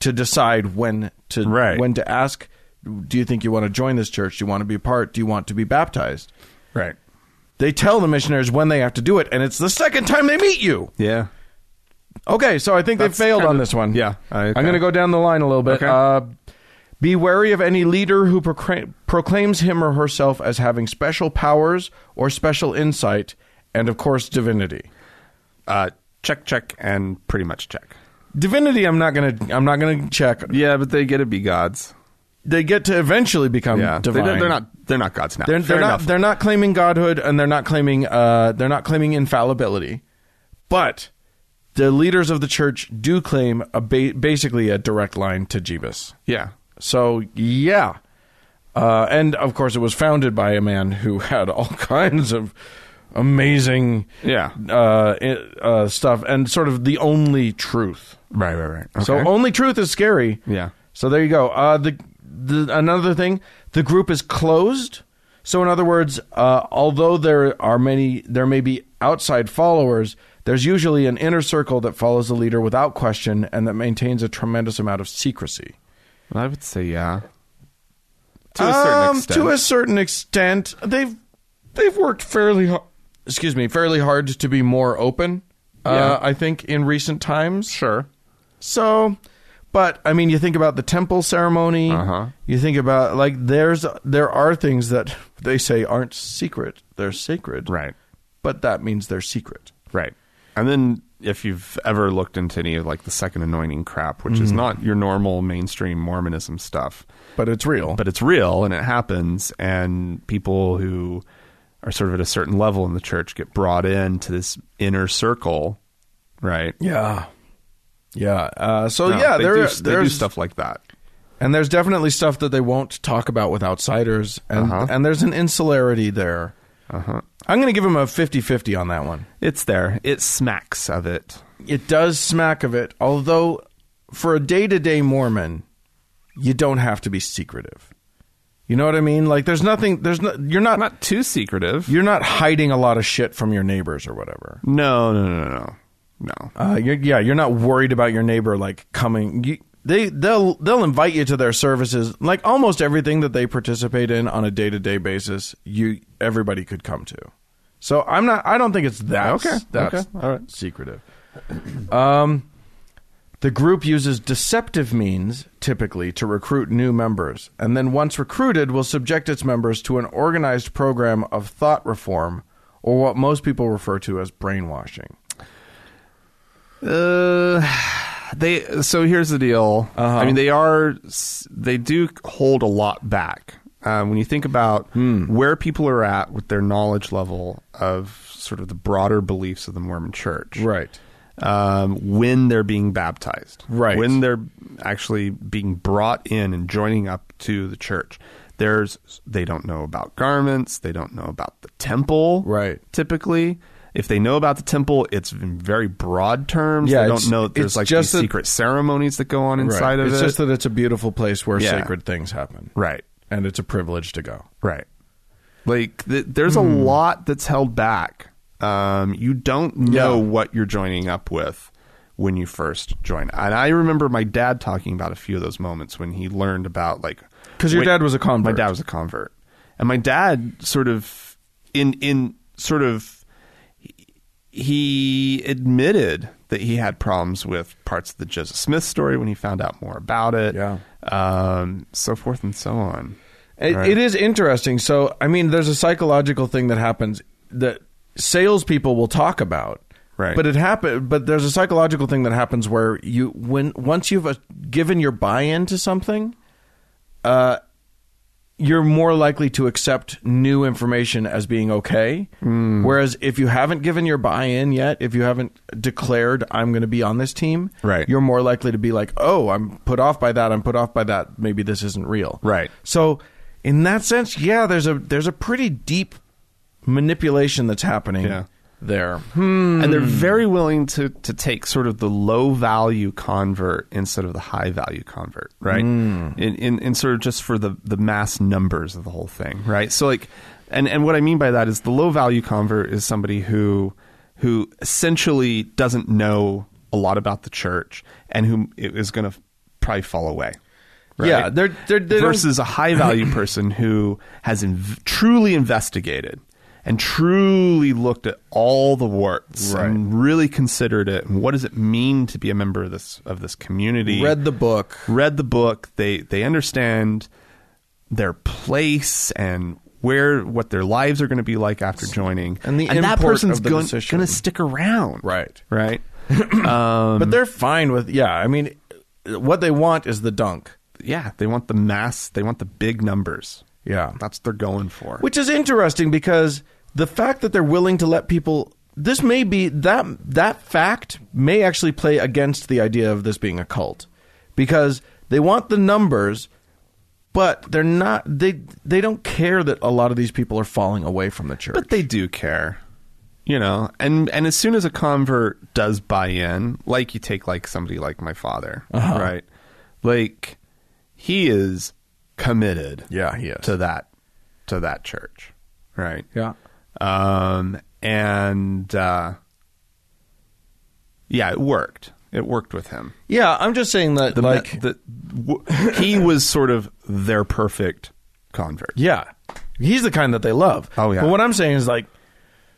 Speaker 1: to decide when to,
Speaker 2: Right.
Speaker 1: when to ask, do you think you want to join this church? Do you want to be a part? Do you want to be baptized?
Speaker 2: Right.
Speaker 1: They tell the missionaries when they have to do it, and it's the second time they meet you.
Speaker 2: Yeah.
Speaker 1: Okay, so I think they
Speaker 2: That's
Speaker 1: failed
Speaker 2: kinda-
Speaker 1: on this one.
Speaker 2: yeah, I-
Speaker 1: I'm going to go down the line a little bit.
Speaker 2: Okay.
Speaker 1: Uh, be wary of any leader who procra- proclaims him or herself as having special powers or special insight, and of course, divinity.
Speaker 2: Uh, check, check, and pretty much check.
Speaker 1: Divinity, I'm not going to. I'm not going to check.
Speaker 2: Yeah, but they get to be gods.
Speaker 1: They get to eventually become
Speaker 2: Yeah,
Speaker 1: divine.
Speaker 2: They, are not. They're not gods now.
Speaker 1: They're,
Speaker 2: Fair
Speaker 1: they're not.
Speaker 2: enough.
Speaker 1: They're not claiming godhood, and they're not claiming. Uh, they're not claiming infallibility, but the leaders of the church do claim a ba- basically a direct line to Jebus.
Speaker 2: yeah.
Speaker 1: So yeah, uh, and of course it was founded by a man who had all kinds of amazing
Speaker 2: Yeah.
Speaker 1: uh, i- uh, stuff and sort of the only truth.
Speaker 2: Right. Right. Right. Okay.
Speaker 1: So only truth is scary.
Speaker 2: Yeah.
Speaker 1: So there you go. Uh, the, the another thing, the group is closed. So in other words, uh, although there are many, there may be outside followers. There's usually an inner circle that follows the leader without question and that maintains a tremendous amount of secrecy.
Speaker 2: I would say yeah. To a certain
Speaker 1: Um,
Speaker 2: extent.
Speaker 1: To a certain extent, they've they've worked fairly hard. Excuse me, fairly hard to be more open. Uh, I think in recent times.
Speaker 2: sure.
Speaker 1: So, but I mean, you think about the temple ceremony.
Speaker 2: Uh-huh.
Speaker 1: You think about like there's there are things that they say aren't secret; they're sacred.
Speaker 2: Right.
Speaker 1: But that means they're secret.
Speaker 2: Right. And then if you've ever looked into any of like the second anointing crap, which
Speaker 1: Mm-hmm.
Speaker 2: is not your normal mainstream Mormonism stuff,
Speaker 1: But it's real.
Speaker 2: but it's real and it happens and people who are sort of at a certain level in the church get brought into this inner circle, right?
Speaker 1: yeah, yeah. Uh, so
Speaker 2: No,
Speaker 1: yeah,
Speaker 2: they
Speaker 1: there
Speaker 2: do,
Speaker 1: are-
Speaker 2: they do
Speaker 1: there's-
Speaker 2: stuff like that.
Speaker 1: and there's definitely stuff that they won't talk about with outsiders, and
Speaker 2: Uh-huh.
Speaker 1: and there's an insularity there. Uh-huh. I'm going to give him a 50-50 on that one.
Speaker 2: It's there. It smacks of it.
Speaker 1: It does smack of it, although for a day to day Mormon, you don't have to be secretive. You know what I mean? Like, there's nothing. There's no. You're not.
Speaker 2: Not too secretive.
Speaker 1: you're not hiding a lot of shit from your neighbors or whatever.
Speaker 2: no, no, no, no, no.
Speaker 1: Uh, you're, yeah, you're not worried about your neighbor like coming. You, they they'll they'll invite you to their services. Like almost everything that they participate in on a day to day basis, you everybody could come to. So I'm not. I don't think it's that
Speaker 2: Okay,
Speaker 1: That's
Speaker 2: okay, all right.
Speaker 1: secretive. Um, The group uses deceptive means, typically, to recruit new members, and then once recruited, will subject its members to an organized program of thought reform, or what most people refer to as brainwashing.
Speaker 2: Uh, they so here's the deal. I mean, they are they do hold a lot back um, when you think about where people are at with their knowledge level of sort of the broader beliefs of the Mormon Church,
Speaker 1: Right.
Speaker 2: Um, when they're being baptized,
Speaker 1: Right.
Speaker 2: When they're actually being brought in and joining up to the church. There's they don't know about garments. They don't know about the temple,
Speaker 1: Right.
Speaker 2: Typically. If they know about the temple, it's in very broad terms
Speaker 1: Yeah,
Speaker 2: they
Speaker 1: it's-
Speaker 2: don't know that
Speaker 1: it's
Speaker 2: there's like
Speaker 1: just
Speaker 2: these
Speaker 1: that-
Speaker 2: secret ceremonies that go on inside of
Speaker 1: it's
Speaker 2: it.
Speaker 1: just that it's a beautiful place where
Speaker 2: Yeah.
Speaker 1: sacred things happen.
Speaker 2: right,
Speaker 1: And it's a privilege to go.
Speaker 2: right. Like th- there's a
Speaker 1: Hmm.
Speaker 2: lot that's held back. Um, you don't know
Speaker 1: Yeah.
Speaker 2: what you're joining up with when you first join. And I remember my dad talking about a few of those moments when he learned about like
Speaker 1: 'Cause your
Speaker 2: wait-
Speaker 1: dad was a convert.
Speaker 2: My dad was a convert, and my dad sort of in in sort of he admitted that he had problems with parts of the Joseph Smith story when he found out more about it.
Speaker 1: Yeah.
Speaker 2: Um, so forth and so on.
Speaker 1: It, it is interesting. So, I mean, there's a psychological thing that happens that salespeople will talk about,
Speaker 2: Right.
Speaker 1: But it happen. But there's a psychological thing that happens where you, when once you've uh, given your buy-in to something, uh, you're more likely to accept new information as being okay.
Speaker 2: Hmm.
Speaker 1: Whereas if you haven't given your buy-in yet, if you haven't declared I'm going to be on this team,
Speaker 2: Right.
Speaker 1: you're more likely to be like, "Oh, I'm put off by that. I'm put off by that. Maybe this isn't real."
Speaker 2: Right.
Speaker 1: So in that sense, yeah, there's a there's a pretty deep manipulation that's happening
Speaker 2: Yeah.
Speaker 1: there. Hmm.
Speaker 2: And they're very willing to to take sort of the low value convert instead of the high value convert, right?
Speaker 5: Hmm.
Speaker 2: In, in in sort of just for the the mass numbers of the whole thing, right? So like, and and what I mean by that is the low value convert is somebody who who essentially doesn't know a lot about the church and who is going to probably fall away. right?
Speaker 5: Yeah, they're- they're- they don't-
Speaker 2: versus a high value person who has inv- truly investigated and truly looked at all the warts and really considered it and what does it mean to be a member of this of this community
Speaker 1: Read the book.
Speaker 2: read the book they they understand their place and where what their lives are going to be like after joining
Speaker 1: And the
Speaker 2: that
Speaker 1: import
Speaker 2: person's
Speaker 1: of the
Speaker 2: going
Speaker 1: decision.
Speaker 2: to stick around
Speaker 1: Right.
Speaker 2: right
Speaker 1: but they're fine with yeah. I mean, what they want is the dunk.
Speaker 2: yeah they want the mass they want the big numbers
Speaker 1: Yeah.
Speaker 2: that's what they're going for
Speaker 1: Which is interesting because the fact that they're willing to let people this may be that that fact may actually play against the idea of this being a cult because they want the numbers but they're not they they don't care that a lot of these people are falling away from the church.
Speaker 2: but they do care you know and and as soon as a convert does buy in like you take like somebody like my father right like he is committed
Speaker 1: Yeah, he is.
Speaker 2: to that to that church right
Speaker 1: yeah.
Speaker 2: um, and uh, yeah, it worked. It worked with him.
Speaker 1: Yeah, I'm just saying that like
Speaker 2: That- that w- he was sort of their perfect convert.
Speaker 1: Yeah. He's the kind that they love.
Speaker 2: Oh, yeah.
Speaker 1: But what I'm saying is like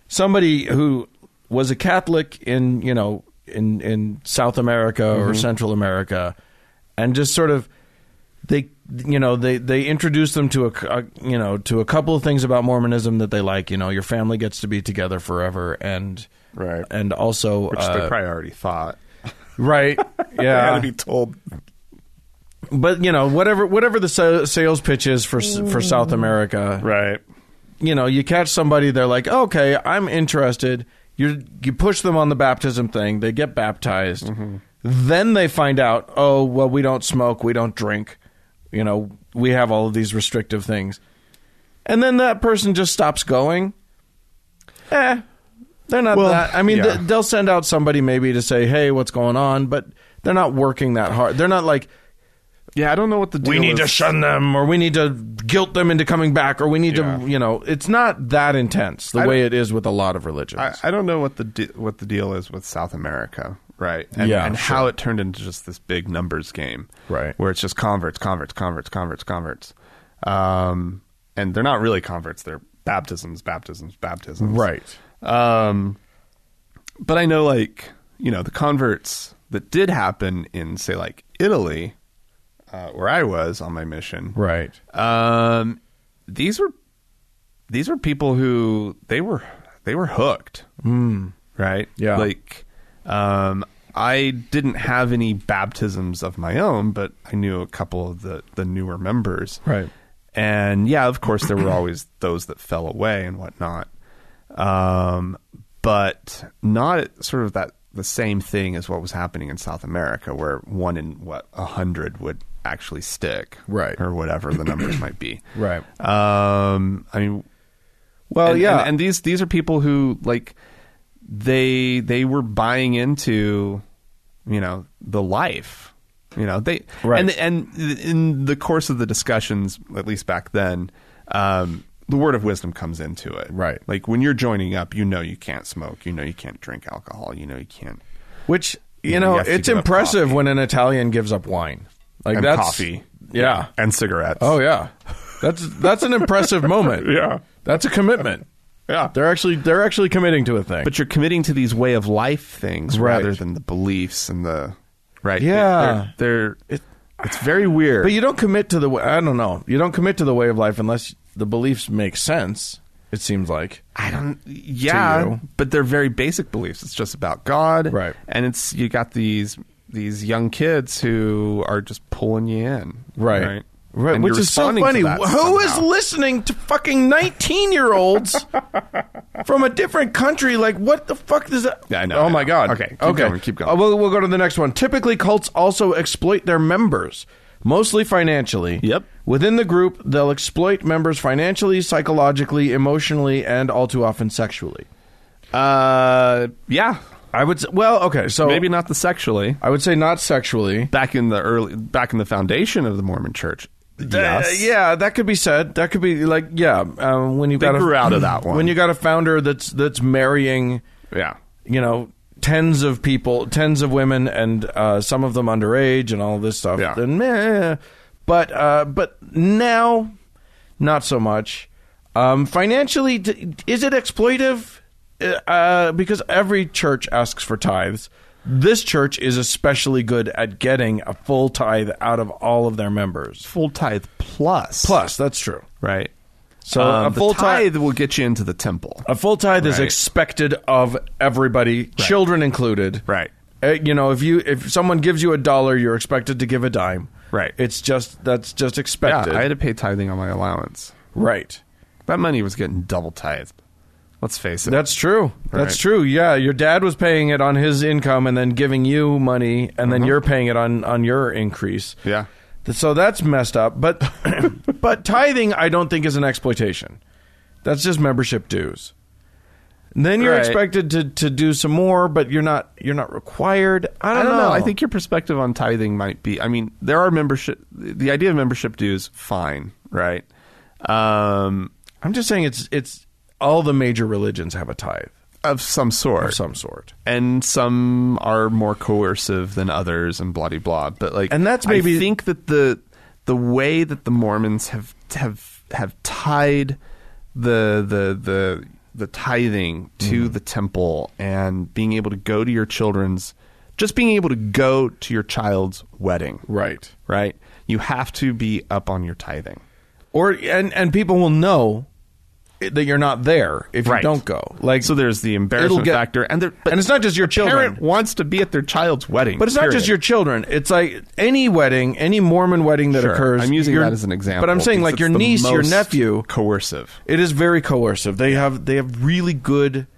Speaker 1: somebody who was a Catholic in, you know, in in South America
Speaker 2: Mm-hmm.
Speaker 1: or Central America and just sort of they you know they they introduce them to a, c- a- you know to a couple of things about Mormonism that they like you know your family gets to be together forever and
Speaker 2: Right.
Speaker 1: and also
Speaker 2: Which
Speaker 1: uh,
Speaker 2: they probably already thought.
Speaker 1: right
Speaker 2: They
Speaker 1: yeah
Speaker 2: had to be told.
Speaker 1: but you know whatever whatever the sa- sales pitch is for s- for South America
Speaker 2: Right.
Speaker 1: you know, you catch somebody, they're like, okay, I'm interested. You you push them on the baptism thing. They get baptized.
Speaker 2: Mm-hmm.
Speaker 1: Then they find out, oh, well, we don't smoke, we don't drink. You know, we have all of these restrictive things. And then that person just stops going. Eh, they're not
Speaker 2: Well,
Speaker 1: that. I mean,
Speaker 2: yeah.
Speaker 1: th- they'll send out somebody maybe to say, hey, what's going on? But they're not working that hard. They're not like,
Speaker 2: Yeah, I don't know what the deal
Speaker 1: we need to
Speaker 2: is.
Speaker 1: shun them or we need to guilt them into coming back or we need
Speaker 2: Yeah.
Speaker 1: to you know it's not that intense the
Speaker 2: I
Speaker 1: way
Speaker 2: don't-
Speaker 1: it is with a lot of religions
Speaker 2: I, I don't know what the de- what the deal is with South America, right? And,
Speaker 1: Yeah,
Speaker 2: and
Speaker 1: sure.
Speaker 2: how it turned into just this big numbers game,
Speaker 1: Right.
Speaker 2: Where it's just converts, converts, converts, converts, converts, um, and they're not really converts; they're baptisms, baptisms, baptisms, Um, but I know, like, you know, the converts that did happen in, say, like Italy, uh, where I was on my mission,
Speaker 1: right
Speaker 2: um, these were these were people who they were they were hooked, mm. right?
Speaker 1: Hmm. Yeah.
Speaker 2: Like, um, I didn't have any baptisms of my own, but I knew a couple of the the newer members,
Speaker 1: Right.
Speaker 2: And yeah, of course, there were always those that fell away and whatnot, um, but not at sort of that the same thing as what was happening in South America, where one in what a hundred would actually stick,
Speaker 1: Right.
Speaker 2: or whatever the numbers might be.
Speaker 1: Right.
Speaker 2: Um, I mean,
Speaker 1: well
Speaker 2: and,
Speaker 1: yeah
Speaker 2: and, and these these are people who like they they were buying into you know the life you know they
Speaker 1: Right.
Speaker 2: and and in the course of the discussions at least back then um the word of wisdom comes into it
Speaker 1: Right.
Speaker 2: like when you're joining up you know you can't smoke you know you can't drink alcohol you know you can't
Speaker 1: which you
Speaker 2: Yeah,
Speaker 1: know
Speaker 2: you have to
Speaker 1: it's
Speaker 2: give up
Speaker 1: impressive
Speaker 2: coffee.
Speaker 1: when an italian gives up wine like
Speaker 2: and
Speaker 1: that's
Speaker 2: coffee
Speaker 1: yeah
Speaker 2: and cigarettes
Speaker 1: oh yeah that's that's an impressive moment
Speaker 2: Yeah.
Speaker 1: that's a commitment
Speaker 2: Yeah.
Speaker 1: they're actually they're actually committing to a thing
Speaker 2: but you're committing to these way of life things
Speaker 1: Right.
Speaker 2: rather than the beliefs and the right They-
Speaker 1: Yeah.
Speaker 2: they're, they're it's very weird
Speaker 1: But you don't commit to the way. I don't know. You don't commit to the way of life unless the beliefs make sense. It seems like.
Speaker 2: I don't. Yeah,
Speaker 1: you.
Speaker 2: but they're very basic beliefs. It's just about God,
Speaker 1: Right.
Speaker 2: And it's you got these these young kids who are just pulling you in,
Speaker 1: Right.
Speaker 2: Right,
Speaker 1: Right,
Speaker 2: And
Speaker 1: which
Speaker 2: you're
Speaker 1: is so
Speaker 2: responding to
Speaker 1: funny.
Speaker 2: that
Speaker 1: Who is
Speaker 2: somehow.
Speaker 1: listening to fucking 19 year olds from a different country? Like, what the fuck is that?
Speaker 2: Yeah, I know,
Speaker 1: Oh
Speaker 2: I
Speaker 1: my
Speaker 2: know.
Speaker 1: God.
Speaker 2: Okay, keep
Speaker 1: okay.
Speaker 2: going, keep going.
Speaker 1: Uh, we'll, we'll go to the next one. Typically, cults also exploit their members, mostly financially.
Speaker 2: Yep.
Speaker 1: Within the group, they'll exploit members financially, psychologically, emotionally, and all too often sexually.
Speaker 2: Uh, yeah,
Speaker 1: I would say, well, okay, so
Speaker 2: maybe not the sexually.
Speaker 1: I would say not sexually.
Speaker 2: Back in the early, back in the foundation of the Mormon Church, yes,
Speaker 1: Uh, yeah, that could be said. That could be like, yeah, um, when you
Speaker 2: They
Speaker 1: got a,
Speaker 2: grew out of that one.
Speaker 1: When you got a founder that's that's marrying
Speaker 2: yeah.
Speaker 1: you know tens of people, tens of women, and uh, some of them underage and all this stuff,
Speaker 2: Yeah.
Speaker 1: then meh. But uh, but now, not so much. Um, financially, d- is it exploitive? Uh, because every church asks for tithes. This church is especially good at getting a full tithe out of all of their members.
Speaker 2: full tithe plus
Speaker 1: Plus, that's true.
Speaker 2: right.
Speaker 1: So
Speaker 2: Um,
Speaker 1: a
Speaker 2: the
Speaker 1: full
Speaker 2: tithe
Speaker 1: tithe,
Speaker 2: will get you into the temple.
Speaker 1: a full tithe is
Speaker 2: Right.
Speaker 1: expected of everybody, children included.
Speaker 2: Right.
Speaker 1: Uh, you know, if you if someone gives you a dollar, you're expected to give a dime.
Speaker 2: Right.
Speaker 1: It's just that's just
Speaker 2: Yeah,
Speaker 1: expected.
Speaker 2: I had to pay tithing on my allowance.
Speaker 1: right.
Speaker 2: That money was getting double tithed. Let's face it.
Speaker 1: That's true. That's
Speaker 2: Right.
Speaker 1: true. Yeah, your dad was paying it on his income and then giving you money, and then you're paying it on on your increase.
Speaker 2: Mm-hmm. yeah.
Speaker 1: So that's messed up. But but tithing, I don't think is an exploitation. That's just membership dues. And then you're
Speaker 2: Right.
Speaker 1: expected to, to do some more, but you're not you're not required. I don't,
Speaker 2: I don't know. I think your perspective on tithing might be. I mean, there are membership. The idea of membership dues, fine, right? Um,
Speaker 1: I'm just saying it's it's all the major religions have a tithe
Speaker 2: of some sort,
Speaker 1: of some sort.
Speaker 2: and some are more coercive than others, and blah de blah. But like,
Speaker 1: And that's
Speaker 2: I
Speaker 1: maybe-
Speaker 2: think that the the way that the Mormons have have have tied the the the the tithing to
Speaker 1: Mm-hmm.
Speaker 2: the temple and being able to go to your children's just being able to go to your child's wedding
Speaker 1: Right.
Speaker 2: right? You have to be up on your tithing.
Speaker 1: Or and and people will know that you're not there if you
Speaker 2: Right.
Speaker 1: don't go. Like
Speaker 2: So there's the embarrassment
Speaker 1: get-
Speaker 2: factor, and there, but
Speaker 1: and it's not just your
Speaker 2: the
Speaker 1: children.
Speaker 2: parent wants to be at their child's wedding,
Speaker 1: But it's not just your children. It's like any wedding, any Mormon wedding that
Speaker 2: Sure.
Speaker 1: occurs.
Speaker 2: I'm using
Speaker 1: your-
Speaker 2: that as an example,
Speaker 1: But I'm saying
Speaker 2: because
Speaker 1: like
Speaker 2: it's
Speaker 1: your
Speaker 2: the
Speaker 1: niece, your
Speaker 2: most
Speaker 1: nephew.
Speaker 2: coercive.
Speaker 1: It is very coercive. They have they have really good,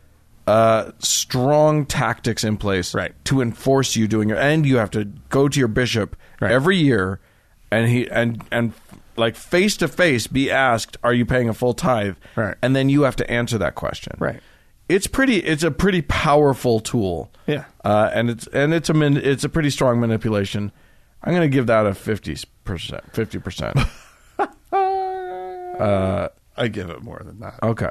Speaker 1: uh, strong tactics in place
Speaker 2: Right.
Speaker 1: to enforce you doing it, and you have to go to your bishop
Speaker 2: Right.
Speaker 1: every year, and he and and like face to face be asked, "Are you paying a full tithe?"
Speaker 2: Right.
Speaker 1: and then you have to answer that question.
Speaker 2: Right.
Speaker 1: It's pretty. It's a pretty powerful tool.
Speaker 2: Yeah.
Speaker 1: Uh, and it's and it's a min, it's a pretty strong manipulation. I'm going to give that a fifty percent. Fifty percent.
Speaker 2: I give it more than that.
Speaker 1: Okay.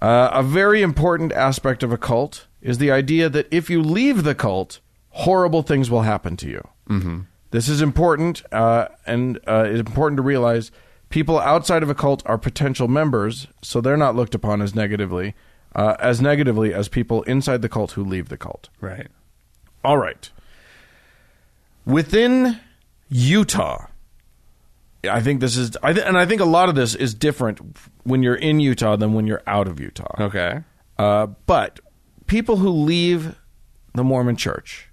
Speaker 1: Uh, a very important aspect of a cult is the idea that if you leave the cult, horrible things will happen to you. Mm-hmm. This is important, uh, and uh, it's important to realize people outside of a cult are potential members, so they're not looked upon as negatively, uh, as negatively as people inside the cult who leave the cult.
Speaker 2: Right.
Speaker 1: All right. Within Utah, I think this is, I th- and I think a lot of this is different when you're in Utah than when you're out of Utah.
Speaker 2: Okay.
Speaker 1: Uh, but people who leave the Mormon church.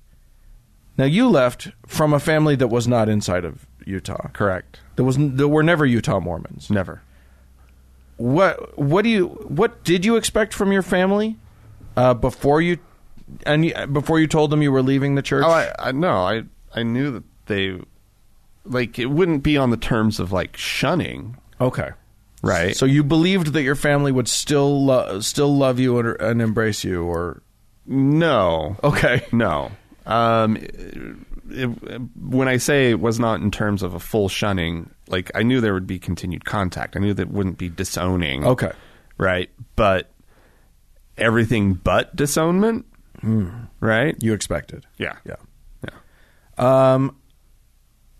Speaker 1: Now, you left from a family that was not inside of Utah.
Speaker 2: Correct.
Speaker 1: There, was, n- there were never Utah Mormons.
Speaker 2: Never.
Speaker 1: What, what, do you, what did you expect from your family uh, before you? And you, before you told them you were leaving the church,
Speaker 2: Oh, I, I no, I I knew that they like it wouldn't be on the terms of like shunning,
Speaker 1: Okay.
Speaker 2: right?
Speaker 1: So you believed that your family would still lo- still love you and, and embrace you, or
Speaker 2: no.
Speaker 1: okay,
Speaker 2: No. Um, it, it- when I say it was not in terms of a full shunning, like I knew there would be continued contact. I knew that it wouldn't be disowning.
Speaker 1: Okay.
Speaker 2: Right. But everything but disownment. Right.
Speaker 1: you expected.
Speaker 2: Yeah.
Speaker 1: yeah.
Speaker 2: Yeah.
Speaker 1: Um,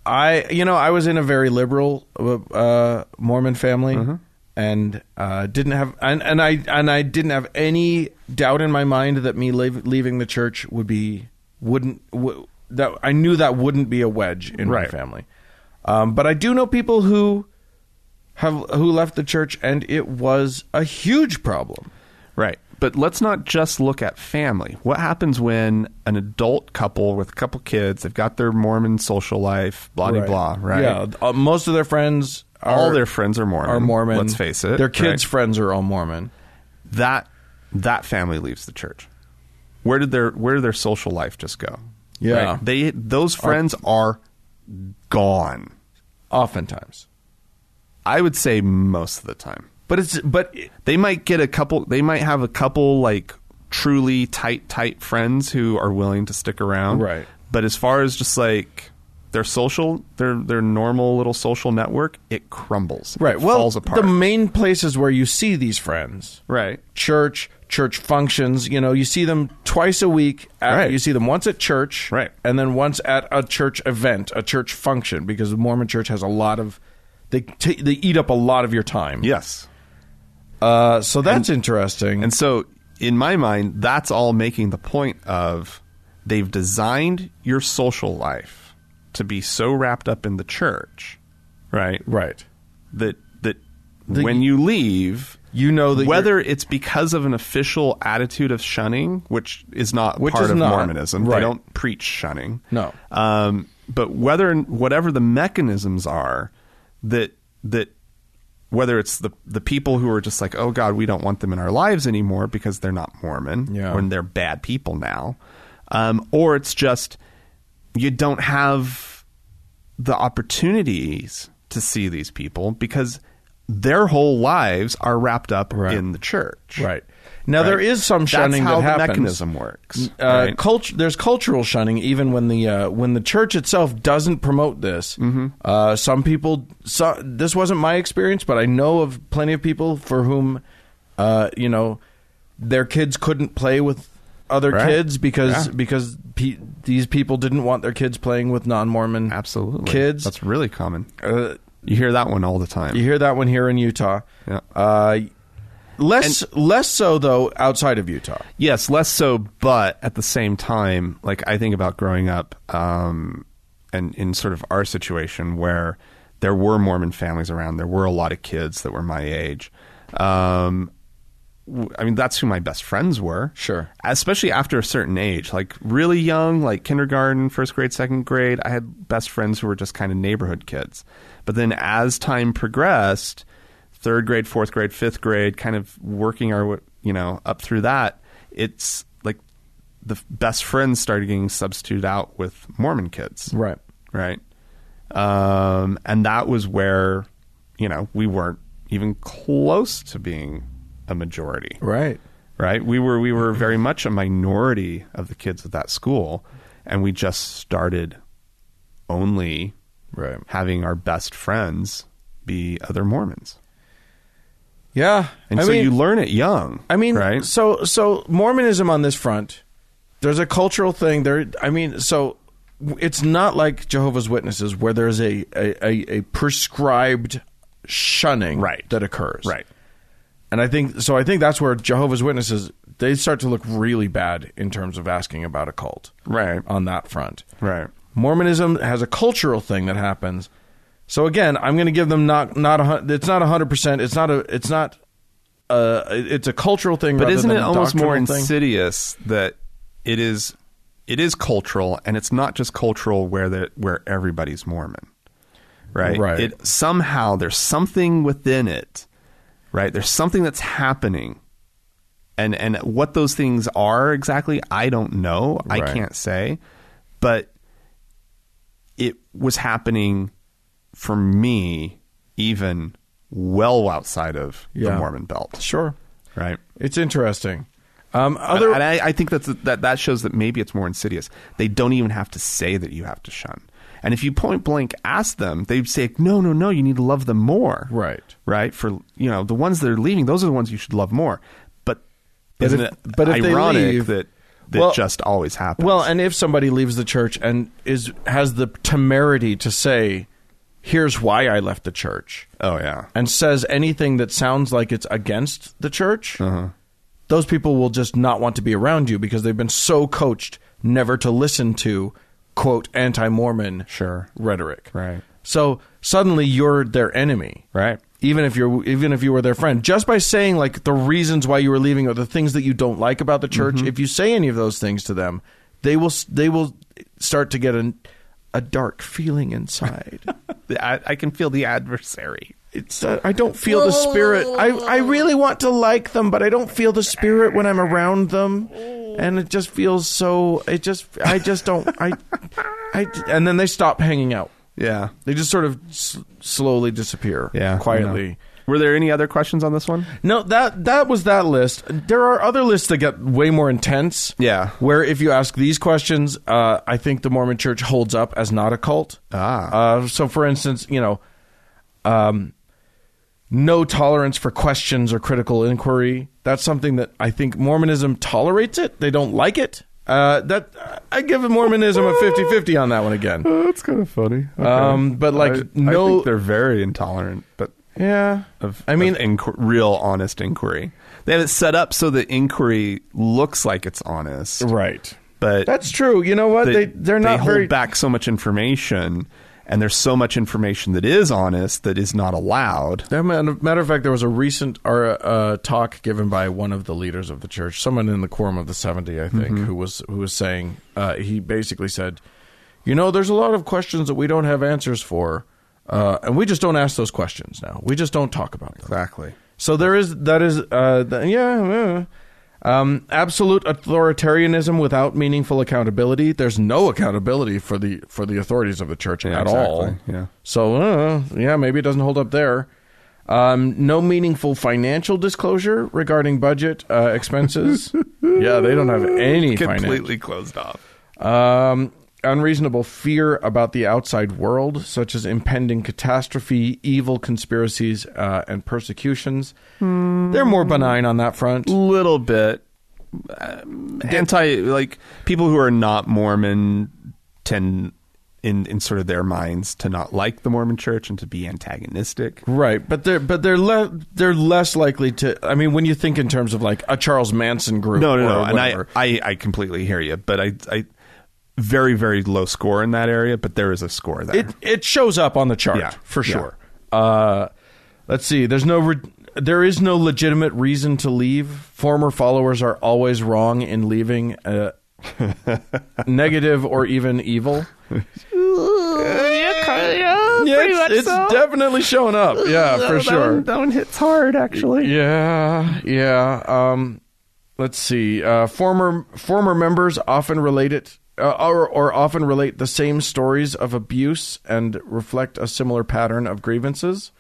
Speaker 1: I, you know, I was in a very liberal uh, Mormon family, and uh, didn't have, and, and I, and I didn't have any doubt in my mind that me leav- leaving the church would be wouldn't w- that I knew that wouldn't be a wedge in my
Speaker 2: Right.
Speaker 1: family. Um, but I do know people who have who left the church, and it was a huge problem.
Speaker 2: Right. But let's not just look at family. What happens when an adult couple with a couple kids, they've got their Mormon social life, blah, blah, blah, right?
Speaker 1: Yeah, uh, most of their friends, are,
Speaker 2: All their friends are Mormon.
Speaker 1: are Mormon.
Speaker 2: Let's face it.
Speaker 1: their kids'
Speaker 2: right?
Speaker 1: friends are all Mormon.
Speaker 2: that that family leaves the church. Where did their where did their social life just go?
Speaker 1: Yeah.
Speaker 2: They those friends are, gone.
Speaker 1: Oftentimes,
Speaker 2: I would say most of the time.
Speaker 1: but it's but
Speaker 2: They might get a couple they might have a couple like truly tight tight friends who are willing to stick around.
Speaker 1: Right.
Speaker 2: But as far as just like their social, their their normal little social network, it crumbles.
Speaker 1: Right.
Speaker 2: It
Speaker 1: Well,
Speaker 2: falls apart.
Speaker 1: the main places where you see these friends,
Speaker 2: right.
Speaker 1: church, church functions. You know, you see them twice a week. At,
Speaker 2: Right.
Speaker 1: You see them once at church,
Speaker 2: Right.
Speaker 1: and then once at a church event, a church function, because the Mormon Church has a lot of they t- they eat up a lot of your time.
Speaker 2: Yes.
Speaker 1: Uh, so that's interesting.
Speaker 2: And so, in my mind, that's all making the point of they've designed your social life to be so wrapped up in the church, right?
Speaker 1: right.
Speaker 2: That that when you leave,
Speaker 1: You know that
Speaker 2: whether it's because of an official attitude of shunning, which is not
Speaker 1: Which
Speaker 2: part
Speaker 1: is
Speaker 2: of
Speaker 1: not,
Speaker 2: Mormonism,
Speaker 1: right.
Speaker 2: they don't preach shunning.
Speaker 1: No.
Speaker 2: Um, but whether whatever the mechanisms are that that whether it's the the people who are just like, oh God, we don't want them in our lives anymore because they're not Mormon,
Speaker 1: Yeah.
Speaker 2: or they're bad people now, um, or it's just you don't have the opportunities to see these people because their whole lives are wrapped up in the church.
Speaker 1: Right. Now,
Speaker 2: Right?
Speaker 1: there is some shunning
Speaker 2: That's how
Speaker 1: that happens.
Speaker 2: the mechanism works.
Speaker 1: Uh,
Speaker 2: right?
Speaker 1: culture, there's cultural shunning even when the uh, when the church itself doesn't promote this.
Speaker 2: Mm-hmm.
Speaker 1: Uh, some people, so, this wasn't my experience, but I know of plenty of people for whom, uh, you know, their kids couldn't play with other
Speaker 2: Right.
Speaker 1: kids because
Speaker 2: Yeah.
Speaker 1: because pe- these people didn't want their kids playing with non-Mormon
Speaker 2: Absolutely.
Speaker 1: kids.
Speaker 2: That's really common.
Speaker 1: Uh,
Speaker 2: You hear that one all the time.
Speaker 1: you hear that one here in Utah.
Speaker 2: Yeah.
Speaker 1: Uh, less less so though outside of Utah.
Speaker 2: Yes, less so, but at the same time, like I think about growing up, um, and in sort of our situation where there were Mormon families around, there were a lot of kids that were my age. Um, w- I mean, that's who my best friends were.
Speaker 1: Sure.
Speaker 2: Especially after a certain age, like really young, like kindergarten, first grade, second grade, I had best friends who were just kind of neighborhood kids. But then as time progressed, third grade, fourth grade, fifth grade, kind of working our, w- you know, up through that, it's like the f- best friends started getting substituted out with Mormon kids
Speaker 1: Right.
Speaker 2: right? Um, and that was where, you know, we weren't even close to being a majority,
Speaker 1: Right.
Speaker 2: right? We were we were very much a minority of the kids at that school, and we just started only
Speaker 1: Right.
Speaker 2: having our best friends be other Mormons,
Speaker 1: Yeah.
Speaker 2: and
Speaker 1: I
Speaker 2: so
Speaker 1: mean-
Speaker 2: you learn it young.
Speaker 1: I mean,
Speaker 2: right?
Speaker 1: so so Mormonism on this front, there's a cultural thing there. I mean, so it's not like Jehovah's Witnesses where there's a a, a, a prescribed shunning
Speaker 2: Right.
Speaker 1: that occurs.
Speaker 2: Right.
Speaker 1: And I think so. I think that's where Jehovah's Witnesses they start to look really bad in terms of asking about a cult.
Speaker 2: Right.
Speaker 1: On that front.
Speaker 2: Right.
Speaker 1: Mormonism has a cultural thing that happens. So again, I'm going to give them not not a, hun- it's not hundred percent. It's not a it's not uh it's a cultural thing.
Speaker 2: But
Speaker 1: rather
Speaker 2: isn't
Speaker 1: than
Speaker 2: it
Speaker 1: a
Speaker 2: almost more
Speaker 1: doctrinal thing.
Speaker 2: insidious that it is it is cultural and it's not just cultural where the, where everybody's Mormon. Right?
Speaker 1: Right.
Speaker 2: It somehow there's something within it. Right? There's something that's happening. And and what those things are exactly, I don't know.
Speaker 1: Right.
Speaker 2: I can't say. But it was happening for me even well outside of
Speaker 1: Yeah.
Speaker 2: the Mormon belt.
Speaker 1: Sure,
Speaker 2: Right.
Speaker 1: it's interesting. Um,
Speaker 2: And-
Speaker 1: other
Speaker 2: and I, I think that's that that shows that maybe it's more insidious. They don't even have to say that you have to shun. And if you point blank ask them, they'd say, "No, no, no, you need to love them more."
Speaker 1: Right.
Speaker 2: right. For you know, the ones that are leaving, those are the ones you should love more. But, isn't
Speaker 1: if-
Speaker 2: it
Speaker 1: but if they
Speaker 2: ironic
Speaker 1: leave-
Speaker 2: that that
Speaker 1: Well-
Speaker 2: just always happens?
Speaker 1: well, and if somebody leaves the church and is has the temerity to say, "Here's why I left the church,"
Speaker 2: oh yeah,
Speaker 1: and says anything that sounds like it's against the church,
Speaker 2: Uh-huh.
Speaker 1: those people will just not want to be around you because they've been so coached never to listen to quote anti-Mormon
Speaker 2: Sure.
Speaker 1: rhetoric.
Speaker 2: Right.
Speaker 1: So suddenly you're their enemy.
Speaker 2: Right.
Speaker 1: Even if you're even if you were their friend, just by saying like the reasons why you were leaving or the things that you don't like about the church,
Speaker 2: Mm-hmm.
Speaker 1: if you say any of those things to them, they will s- they will start to get an, a dark feeling inside.
Speaker 2: The- I, I can feel the adversary.
Speaker 1: it's uh, I don't feel the spirit. I I really want to like them, but I don't feel the spirit when I'm around them, and it just feels so. It just I just don't I, I and then they stop hanging out.
Speaker 2: Yeah,
Speaker 1: They just sort of s- slowly disappear,
Speaker 2: yeah,
Speaker 1: quietly.
Speaker 2: I know. Were there any other questions on this one?
Speaker 1: No, that that was that list. There are other lists that get way more intense.
Speaker 2: Yeah.
Speaker 1: where if you ask these questions, uh, I think the Mormon Church holds up as not a cult. Ah, uh, so for instance, you know, um, no tolerance for questions or critical inquiry. That's something that I think Mormonism tolerates it. They don't like it. Uh, that I give Mormonism a 50-50 on that one again.
Speaker 2: that's kind of funny.
Speaker 1: Um, but like
Speaker 2: I
Speaker 1: no,
Speaker 2: think they're very intolerant, but
Speaker 1: yeah.
Speaker 2: of
Speaker 1: I mean,
Speaker 2: of inqu- real honest inquiry. They have it set up so the inquiry looks like it's honest,
Speaker 1: right.
Speaker 2: but
Speaker 1: That's true. You know what? They, they are not
Speaker 2: hold
Speaker 1: very
Speaker 2: back so much information, and there's so much information that is honest that is not allowed.
Speaker 1: As a matter of fact, there was a recent or, uh, talk given by one of the leaders of the church, someone in the quorum of the seventy, I think, who was who was saying uh, he basically said, you know, there's a lot of questions that we don't have answers for, uh, and we just don't ask those questions now. We just don't talk about them.
Speaker 2: Exactly.
Speaker 1: So there is that is uh, th- yeah. uh, um, absolute authoritarianism without meaningful accountability. There's no accountability for the for the authorities of the church at all.
Speaker 2: exactly, yeah.
Speaker 1: So uh, yeah, maybe it doesn't hold up there. Um, no meaningful financial disclosure regarding budget uh, expenses. yeah, they don't have any financial
Speaker 2: Completely closed off.
Speaker 1: um, unreasonable fear about the outside world, such as impending catastrophe, evil conspiracies, uh, and persecutions. They're more benign on that front.
Speaker 2: Little bit um, anti like people who are not Mormon tend in in sort of their minds to not like the Mormon Church and to be antagonistic.
Speaker 1: Right, but they're but they're le- they're less likely to. I mean, when you think in terms of like a Charles Manson group,
Speaker 2: No, no,
Speaker 1: or
Speaker 2: no. And I,
Speaker 1: whatever.
Speaker 2: I, I completely hear you, but I, I, very, very low score in that area, but there is a score there.
Speaker 1: it it shows up on the chart
Speaker 2: Yeah,
Speaker 1: for
Speaker 2: yeah.
Speaker 1: sure. Uh, let's see. There's no re- there is no legitimate reason to leave. Former followers are always wrong in leaving. Uh, negative or even evil.
Speaker 2: Uh,
Speaker 1: Yeah, it's, it's definitely showing up. Yeah, for sure.
Speaker 2: that one hits hard, actually.
Speaker 1: Yeah, yeah. Um, let's see. Uh, former former members often relate it, uh, or, or often relate the same stories of abuse and reflect a similar pattern of grievances.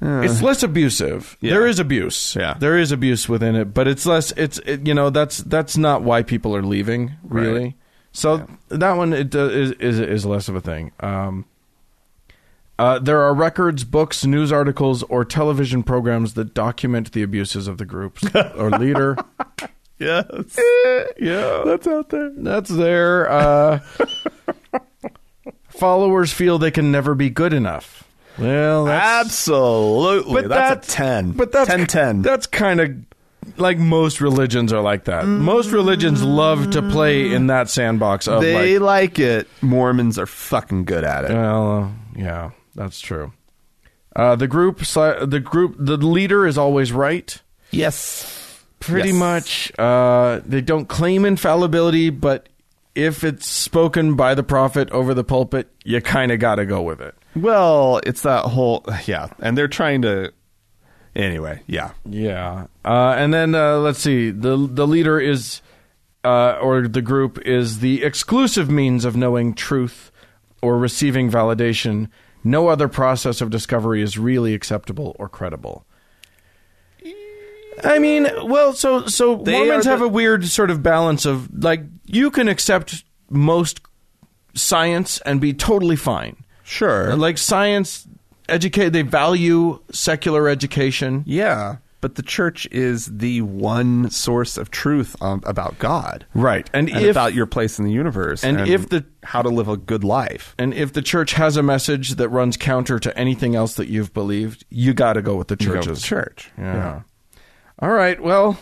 Speaker 1: It's less abusive. There is abuse.
Speaker 2: Yeah.
Speaker 1: there is abuse within it, but it's less. It's it, you know that's that's not why people are leaving really. So that one it, uh, is is is less of a thing. Um, uh, there are records, books, news articles, or television programs that document the abuses of the groups or leader.
Speaker 2: Yes.
Speaker 1: yeah, that's out there. That's there. Uh, followers feel they can never be good enough. Well, that's,
Speaker 2: Absolutely. that's, a 10.
Speaker 1: But that's
Speaker 2: 10 10.
Speaker 1: That's kind of like most religions are like that. Most religions love to play in that sandbox of like
Speaker 2: they like, it. Mormons are fucking good at it.
Speaker 1: Well, uh, yeah, that's true. Uh, the group, si- the group, the leader is always right.
Speaker 2: yes.
Speaker 1: Pretty
Speaker 2: Yes.
Speaker 1: much. Uh, they don't claim infallibility, but if it's spoken by the prophet over the pulpit, you kind of got to go with it.
Speaker 2: Well, it's that whole, yeah. And they're trying to, anyway, yeah.
Speaker 1: Yeah. Uh, and then uh, let's see. The the leader is, uh, or the group is the exclusive means of knowing truth or receiving validation. No other process of discovery is really acceptable or credible. I mean, well, so so Mormons
Speaker 2: are the-
Speaker 1: have a weird sort of balance of like you can accept most science and be totally fine.
Speaker 2: Sure.
Speaker 1: Like science educate they value secular education.
Speaker 2: Yeah. But the church is the one source of truth um, about God.
Speaker 1: Right. And,
Speaker 2: and
Speaker 1: if
Speaker 2: about your place in the universe
Speaker 1: And if the-
Speaker 2: how to live a good life
Speaker 1: and if the church has a message that runs counter to anything else that you've believed, you got to go with the churches.
Speaker 2: church
Speaker 1: Yeah. All right. Well,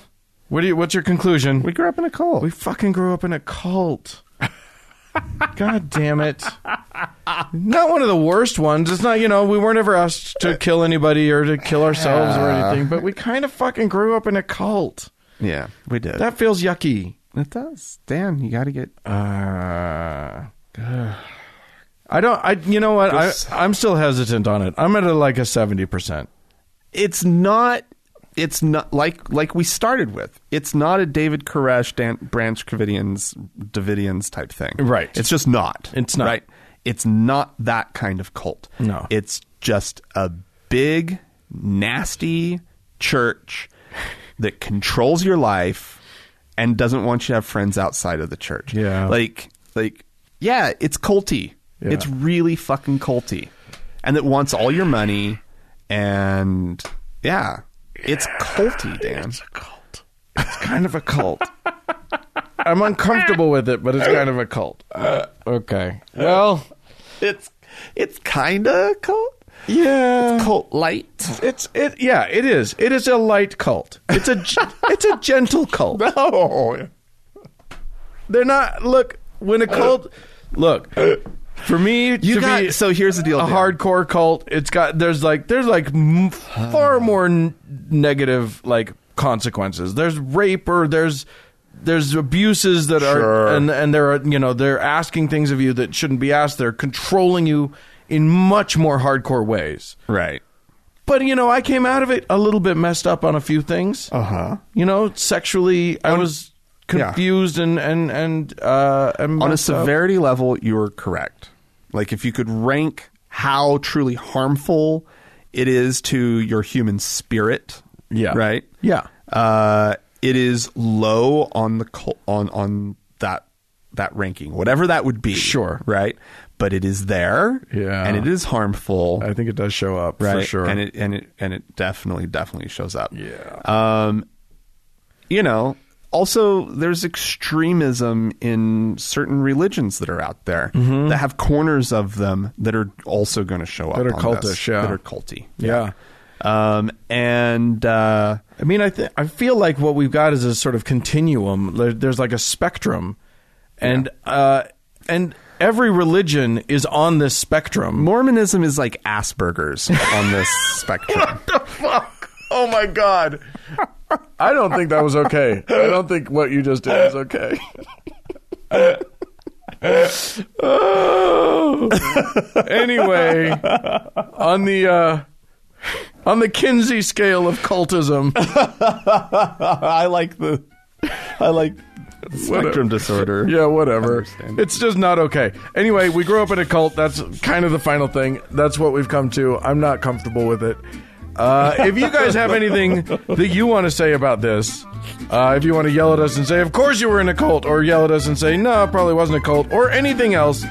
Speaker 1: what do you what's your conclusion?
Speaker 2: we grew up in a cult
Speaker 1: We fucking grew up in a cult. God damn it. Not one of the worst ones. It's not, you know, we weren't ever asked to kill anybody or to kill ourselves or anything, but we kind of fucking grew up in a cult.
Speaker 2: yeah we did
Speaker 1: That feels yucky.
Speaker 2: it does dan you gotta get
Speaker 1: Uh, I don't. I you know what? I I'm still hesitant on it. I'm at a, like a seventy percent.
Speaker 2: it's not it's not like like we started with it's not a david koresh dan branch Covidian's davidians type thing
Speaker 1: Right.
Speaker 2: it's just not
Speaker 1: It's not.
Speaker 2: right it's not that kind of cult
Speaker 1: No.
Speaker 2: it's just a big nasty church that controls your life and doesn't want you to have friends outside of the church.
Speaker 1: Yeah.
Speaker 2: Like like yeah, it's culty. It's really fucking culty. And it wants all your money and yeah. It's culty, Dan.
Speaker 1: cult.
Speaker 2: kind of a cult.
Speaker 1: I'm uncomfortable with it, but it's kind of a cult. Okay. Well,
Speaker 2: it's it's kinda a cult.
Speaker 1: yeah.
Speaker 2: Cult light.
Speaker 1: It's it yeah, it is. It is a light cult. It's a g- it's a gentle cult.
Speaker 2: No.
Speaker 1: They're not look when a cult look for me
Speaker 2: You
Speaker 1: to
Speaker 2: got
Speaker 1: be
Speaker 2: so here's the deal.
Speaker 1: a
Speaker 2: Dan.
Speaker 1: hardcore cult. It's got there's like there's like m- far more n- negative like consequences. There's rape or there's there's abuses that
Speaker 2: Sure.
Speaker 1: are and and they're you know they're asking things of you that shouldn't be asked. They're controlling you in much more hardcore ways.
Speaker 2: right.
Speaker 1: But you know, I came out of it a little bit messed up on a few things. Uh
Speaker 2: Uh-huh.
Speaker 1: You know, sexually, I was
Speaker 2: yeah.
Speaker 1: confused and and and uh, and
Speaker 2: On a
Speaker 1: messed up.
Speaker 2: severity level, you are correct. Like if you could rank how truly harmful it is to your human spirit,
Speaker 1: Yeah.
Speaker 2: right,
Speaker 1: Yeah.
Speaker 2: uh, it is low on the cul- on on that that ranking, whatever that would be,
Speaker 1: Sure.
Speaker 2: right. But it is there,
Speaker 1: Yeah.
Speaker 2: and it is harmful.
Speaker 1: I think it does show up
Speaker 2: right?
Speaker 1: for sure.
Speaker 2: And it and it and it definitely definitely shows up.
Speaker 1: Yeah.
Speaker 2: Um, you know, also there's extremism in certain religions that are out there that have corners of them that are also going to show up
Speaker 1: Mm-hmm. That are
Speaker 2: on this,
Speaker 1: cultish, yeah.
Speaker 2: that are culty.
Speaker 1: yeah.
Speaker 2: Um, and uh,
Speaker 1: I mean, I th- I feel like what we've got is a sort of continuum. There, there's like a spectrum, and uh, and every religion is on this spectrum.
Speaker 2: Mormonism is like Asperger's on this spectrum.
Speaker 1: Oh my god. I don't think that was okay. I don't think what you just did was okay. Oh. Anyway, on the uh, on the Kinsey scale of cultism,
Speaker 2: I like the I like spectrum disorder.
Speaker 1: yeah, whatever.
Speaker 2: Understand.
Speaker 1: It's just not okay. Anyway, we grew up in a cult. That's kind of the final thing. That's what we've come to. I'm not comfortable with it. Uh, if you guys have anything that you want to say about this, uh, if you want to yell at us and say, of course you were in a cult, or yell at us and say, no, it probably wasn't a cult, or anything else,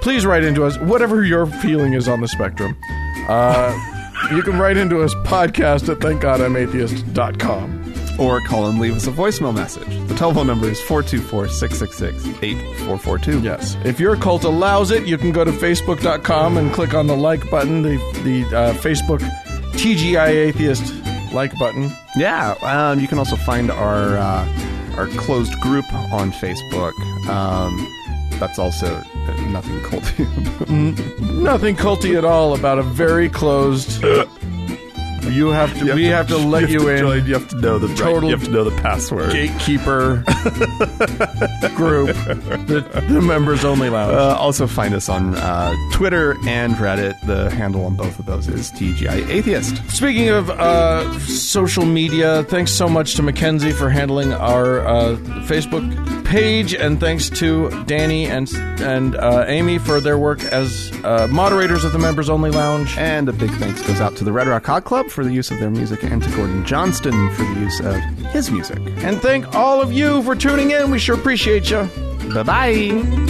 Speaker 1: please write into us, whatever your feeling is on the spectrum. Uh, you can write into us podcast at thankgodimatheist.com.
Speaker 2: or call and leave us a voicemail message. The telephone number is 424 666 8442.
Speaker 1: Yes. If your cult allows it, you can go to facebook.com and click on the like button, the, the uh, Facebook TGI Atheist like button.
Speaker 2: Yeah. Um, you can also find our uh, our closed group on Facebook. Um, that's also uh, nothing cult.
Speaker 1: Nothing culty at all about a very closed. You have to. we have to let you, in.
Speaker 2: you have to know the
Speaker 1: Total
Speaker 2: you have to know the password.
Speaker 1: Gatekeeper group. The, the members only lounge.
Speaker 2: Uh, also find us on uh, Twitter and Reddit. The handle on both of those is TGI Atheist.
Speaker 1: Speaking of uh, social media, thanks so much to Mackenzie for handling our uh, Facebook page, and thanks to Danny and and uh, Amy for their work as uh, moderators of the Members Only Lounge.
Speaker 2: And a big thanks goes out to the Red Rock Hot Club for the use of their music and to Gordon Johnston for the use of his music.
Speaker 1: And thank all of you for tuning in. We sure appreciate you.
Speaker 2: Bye bye.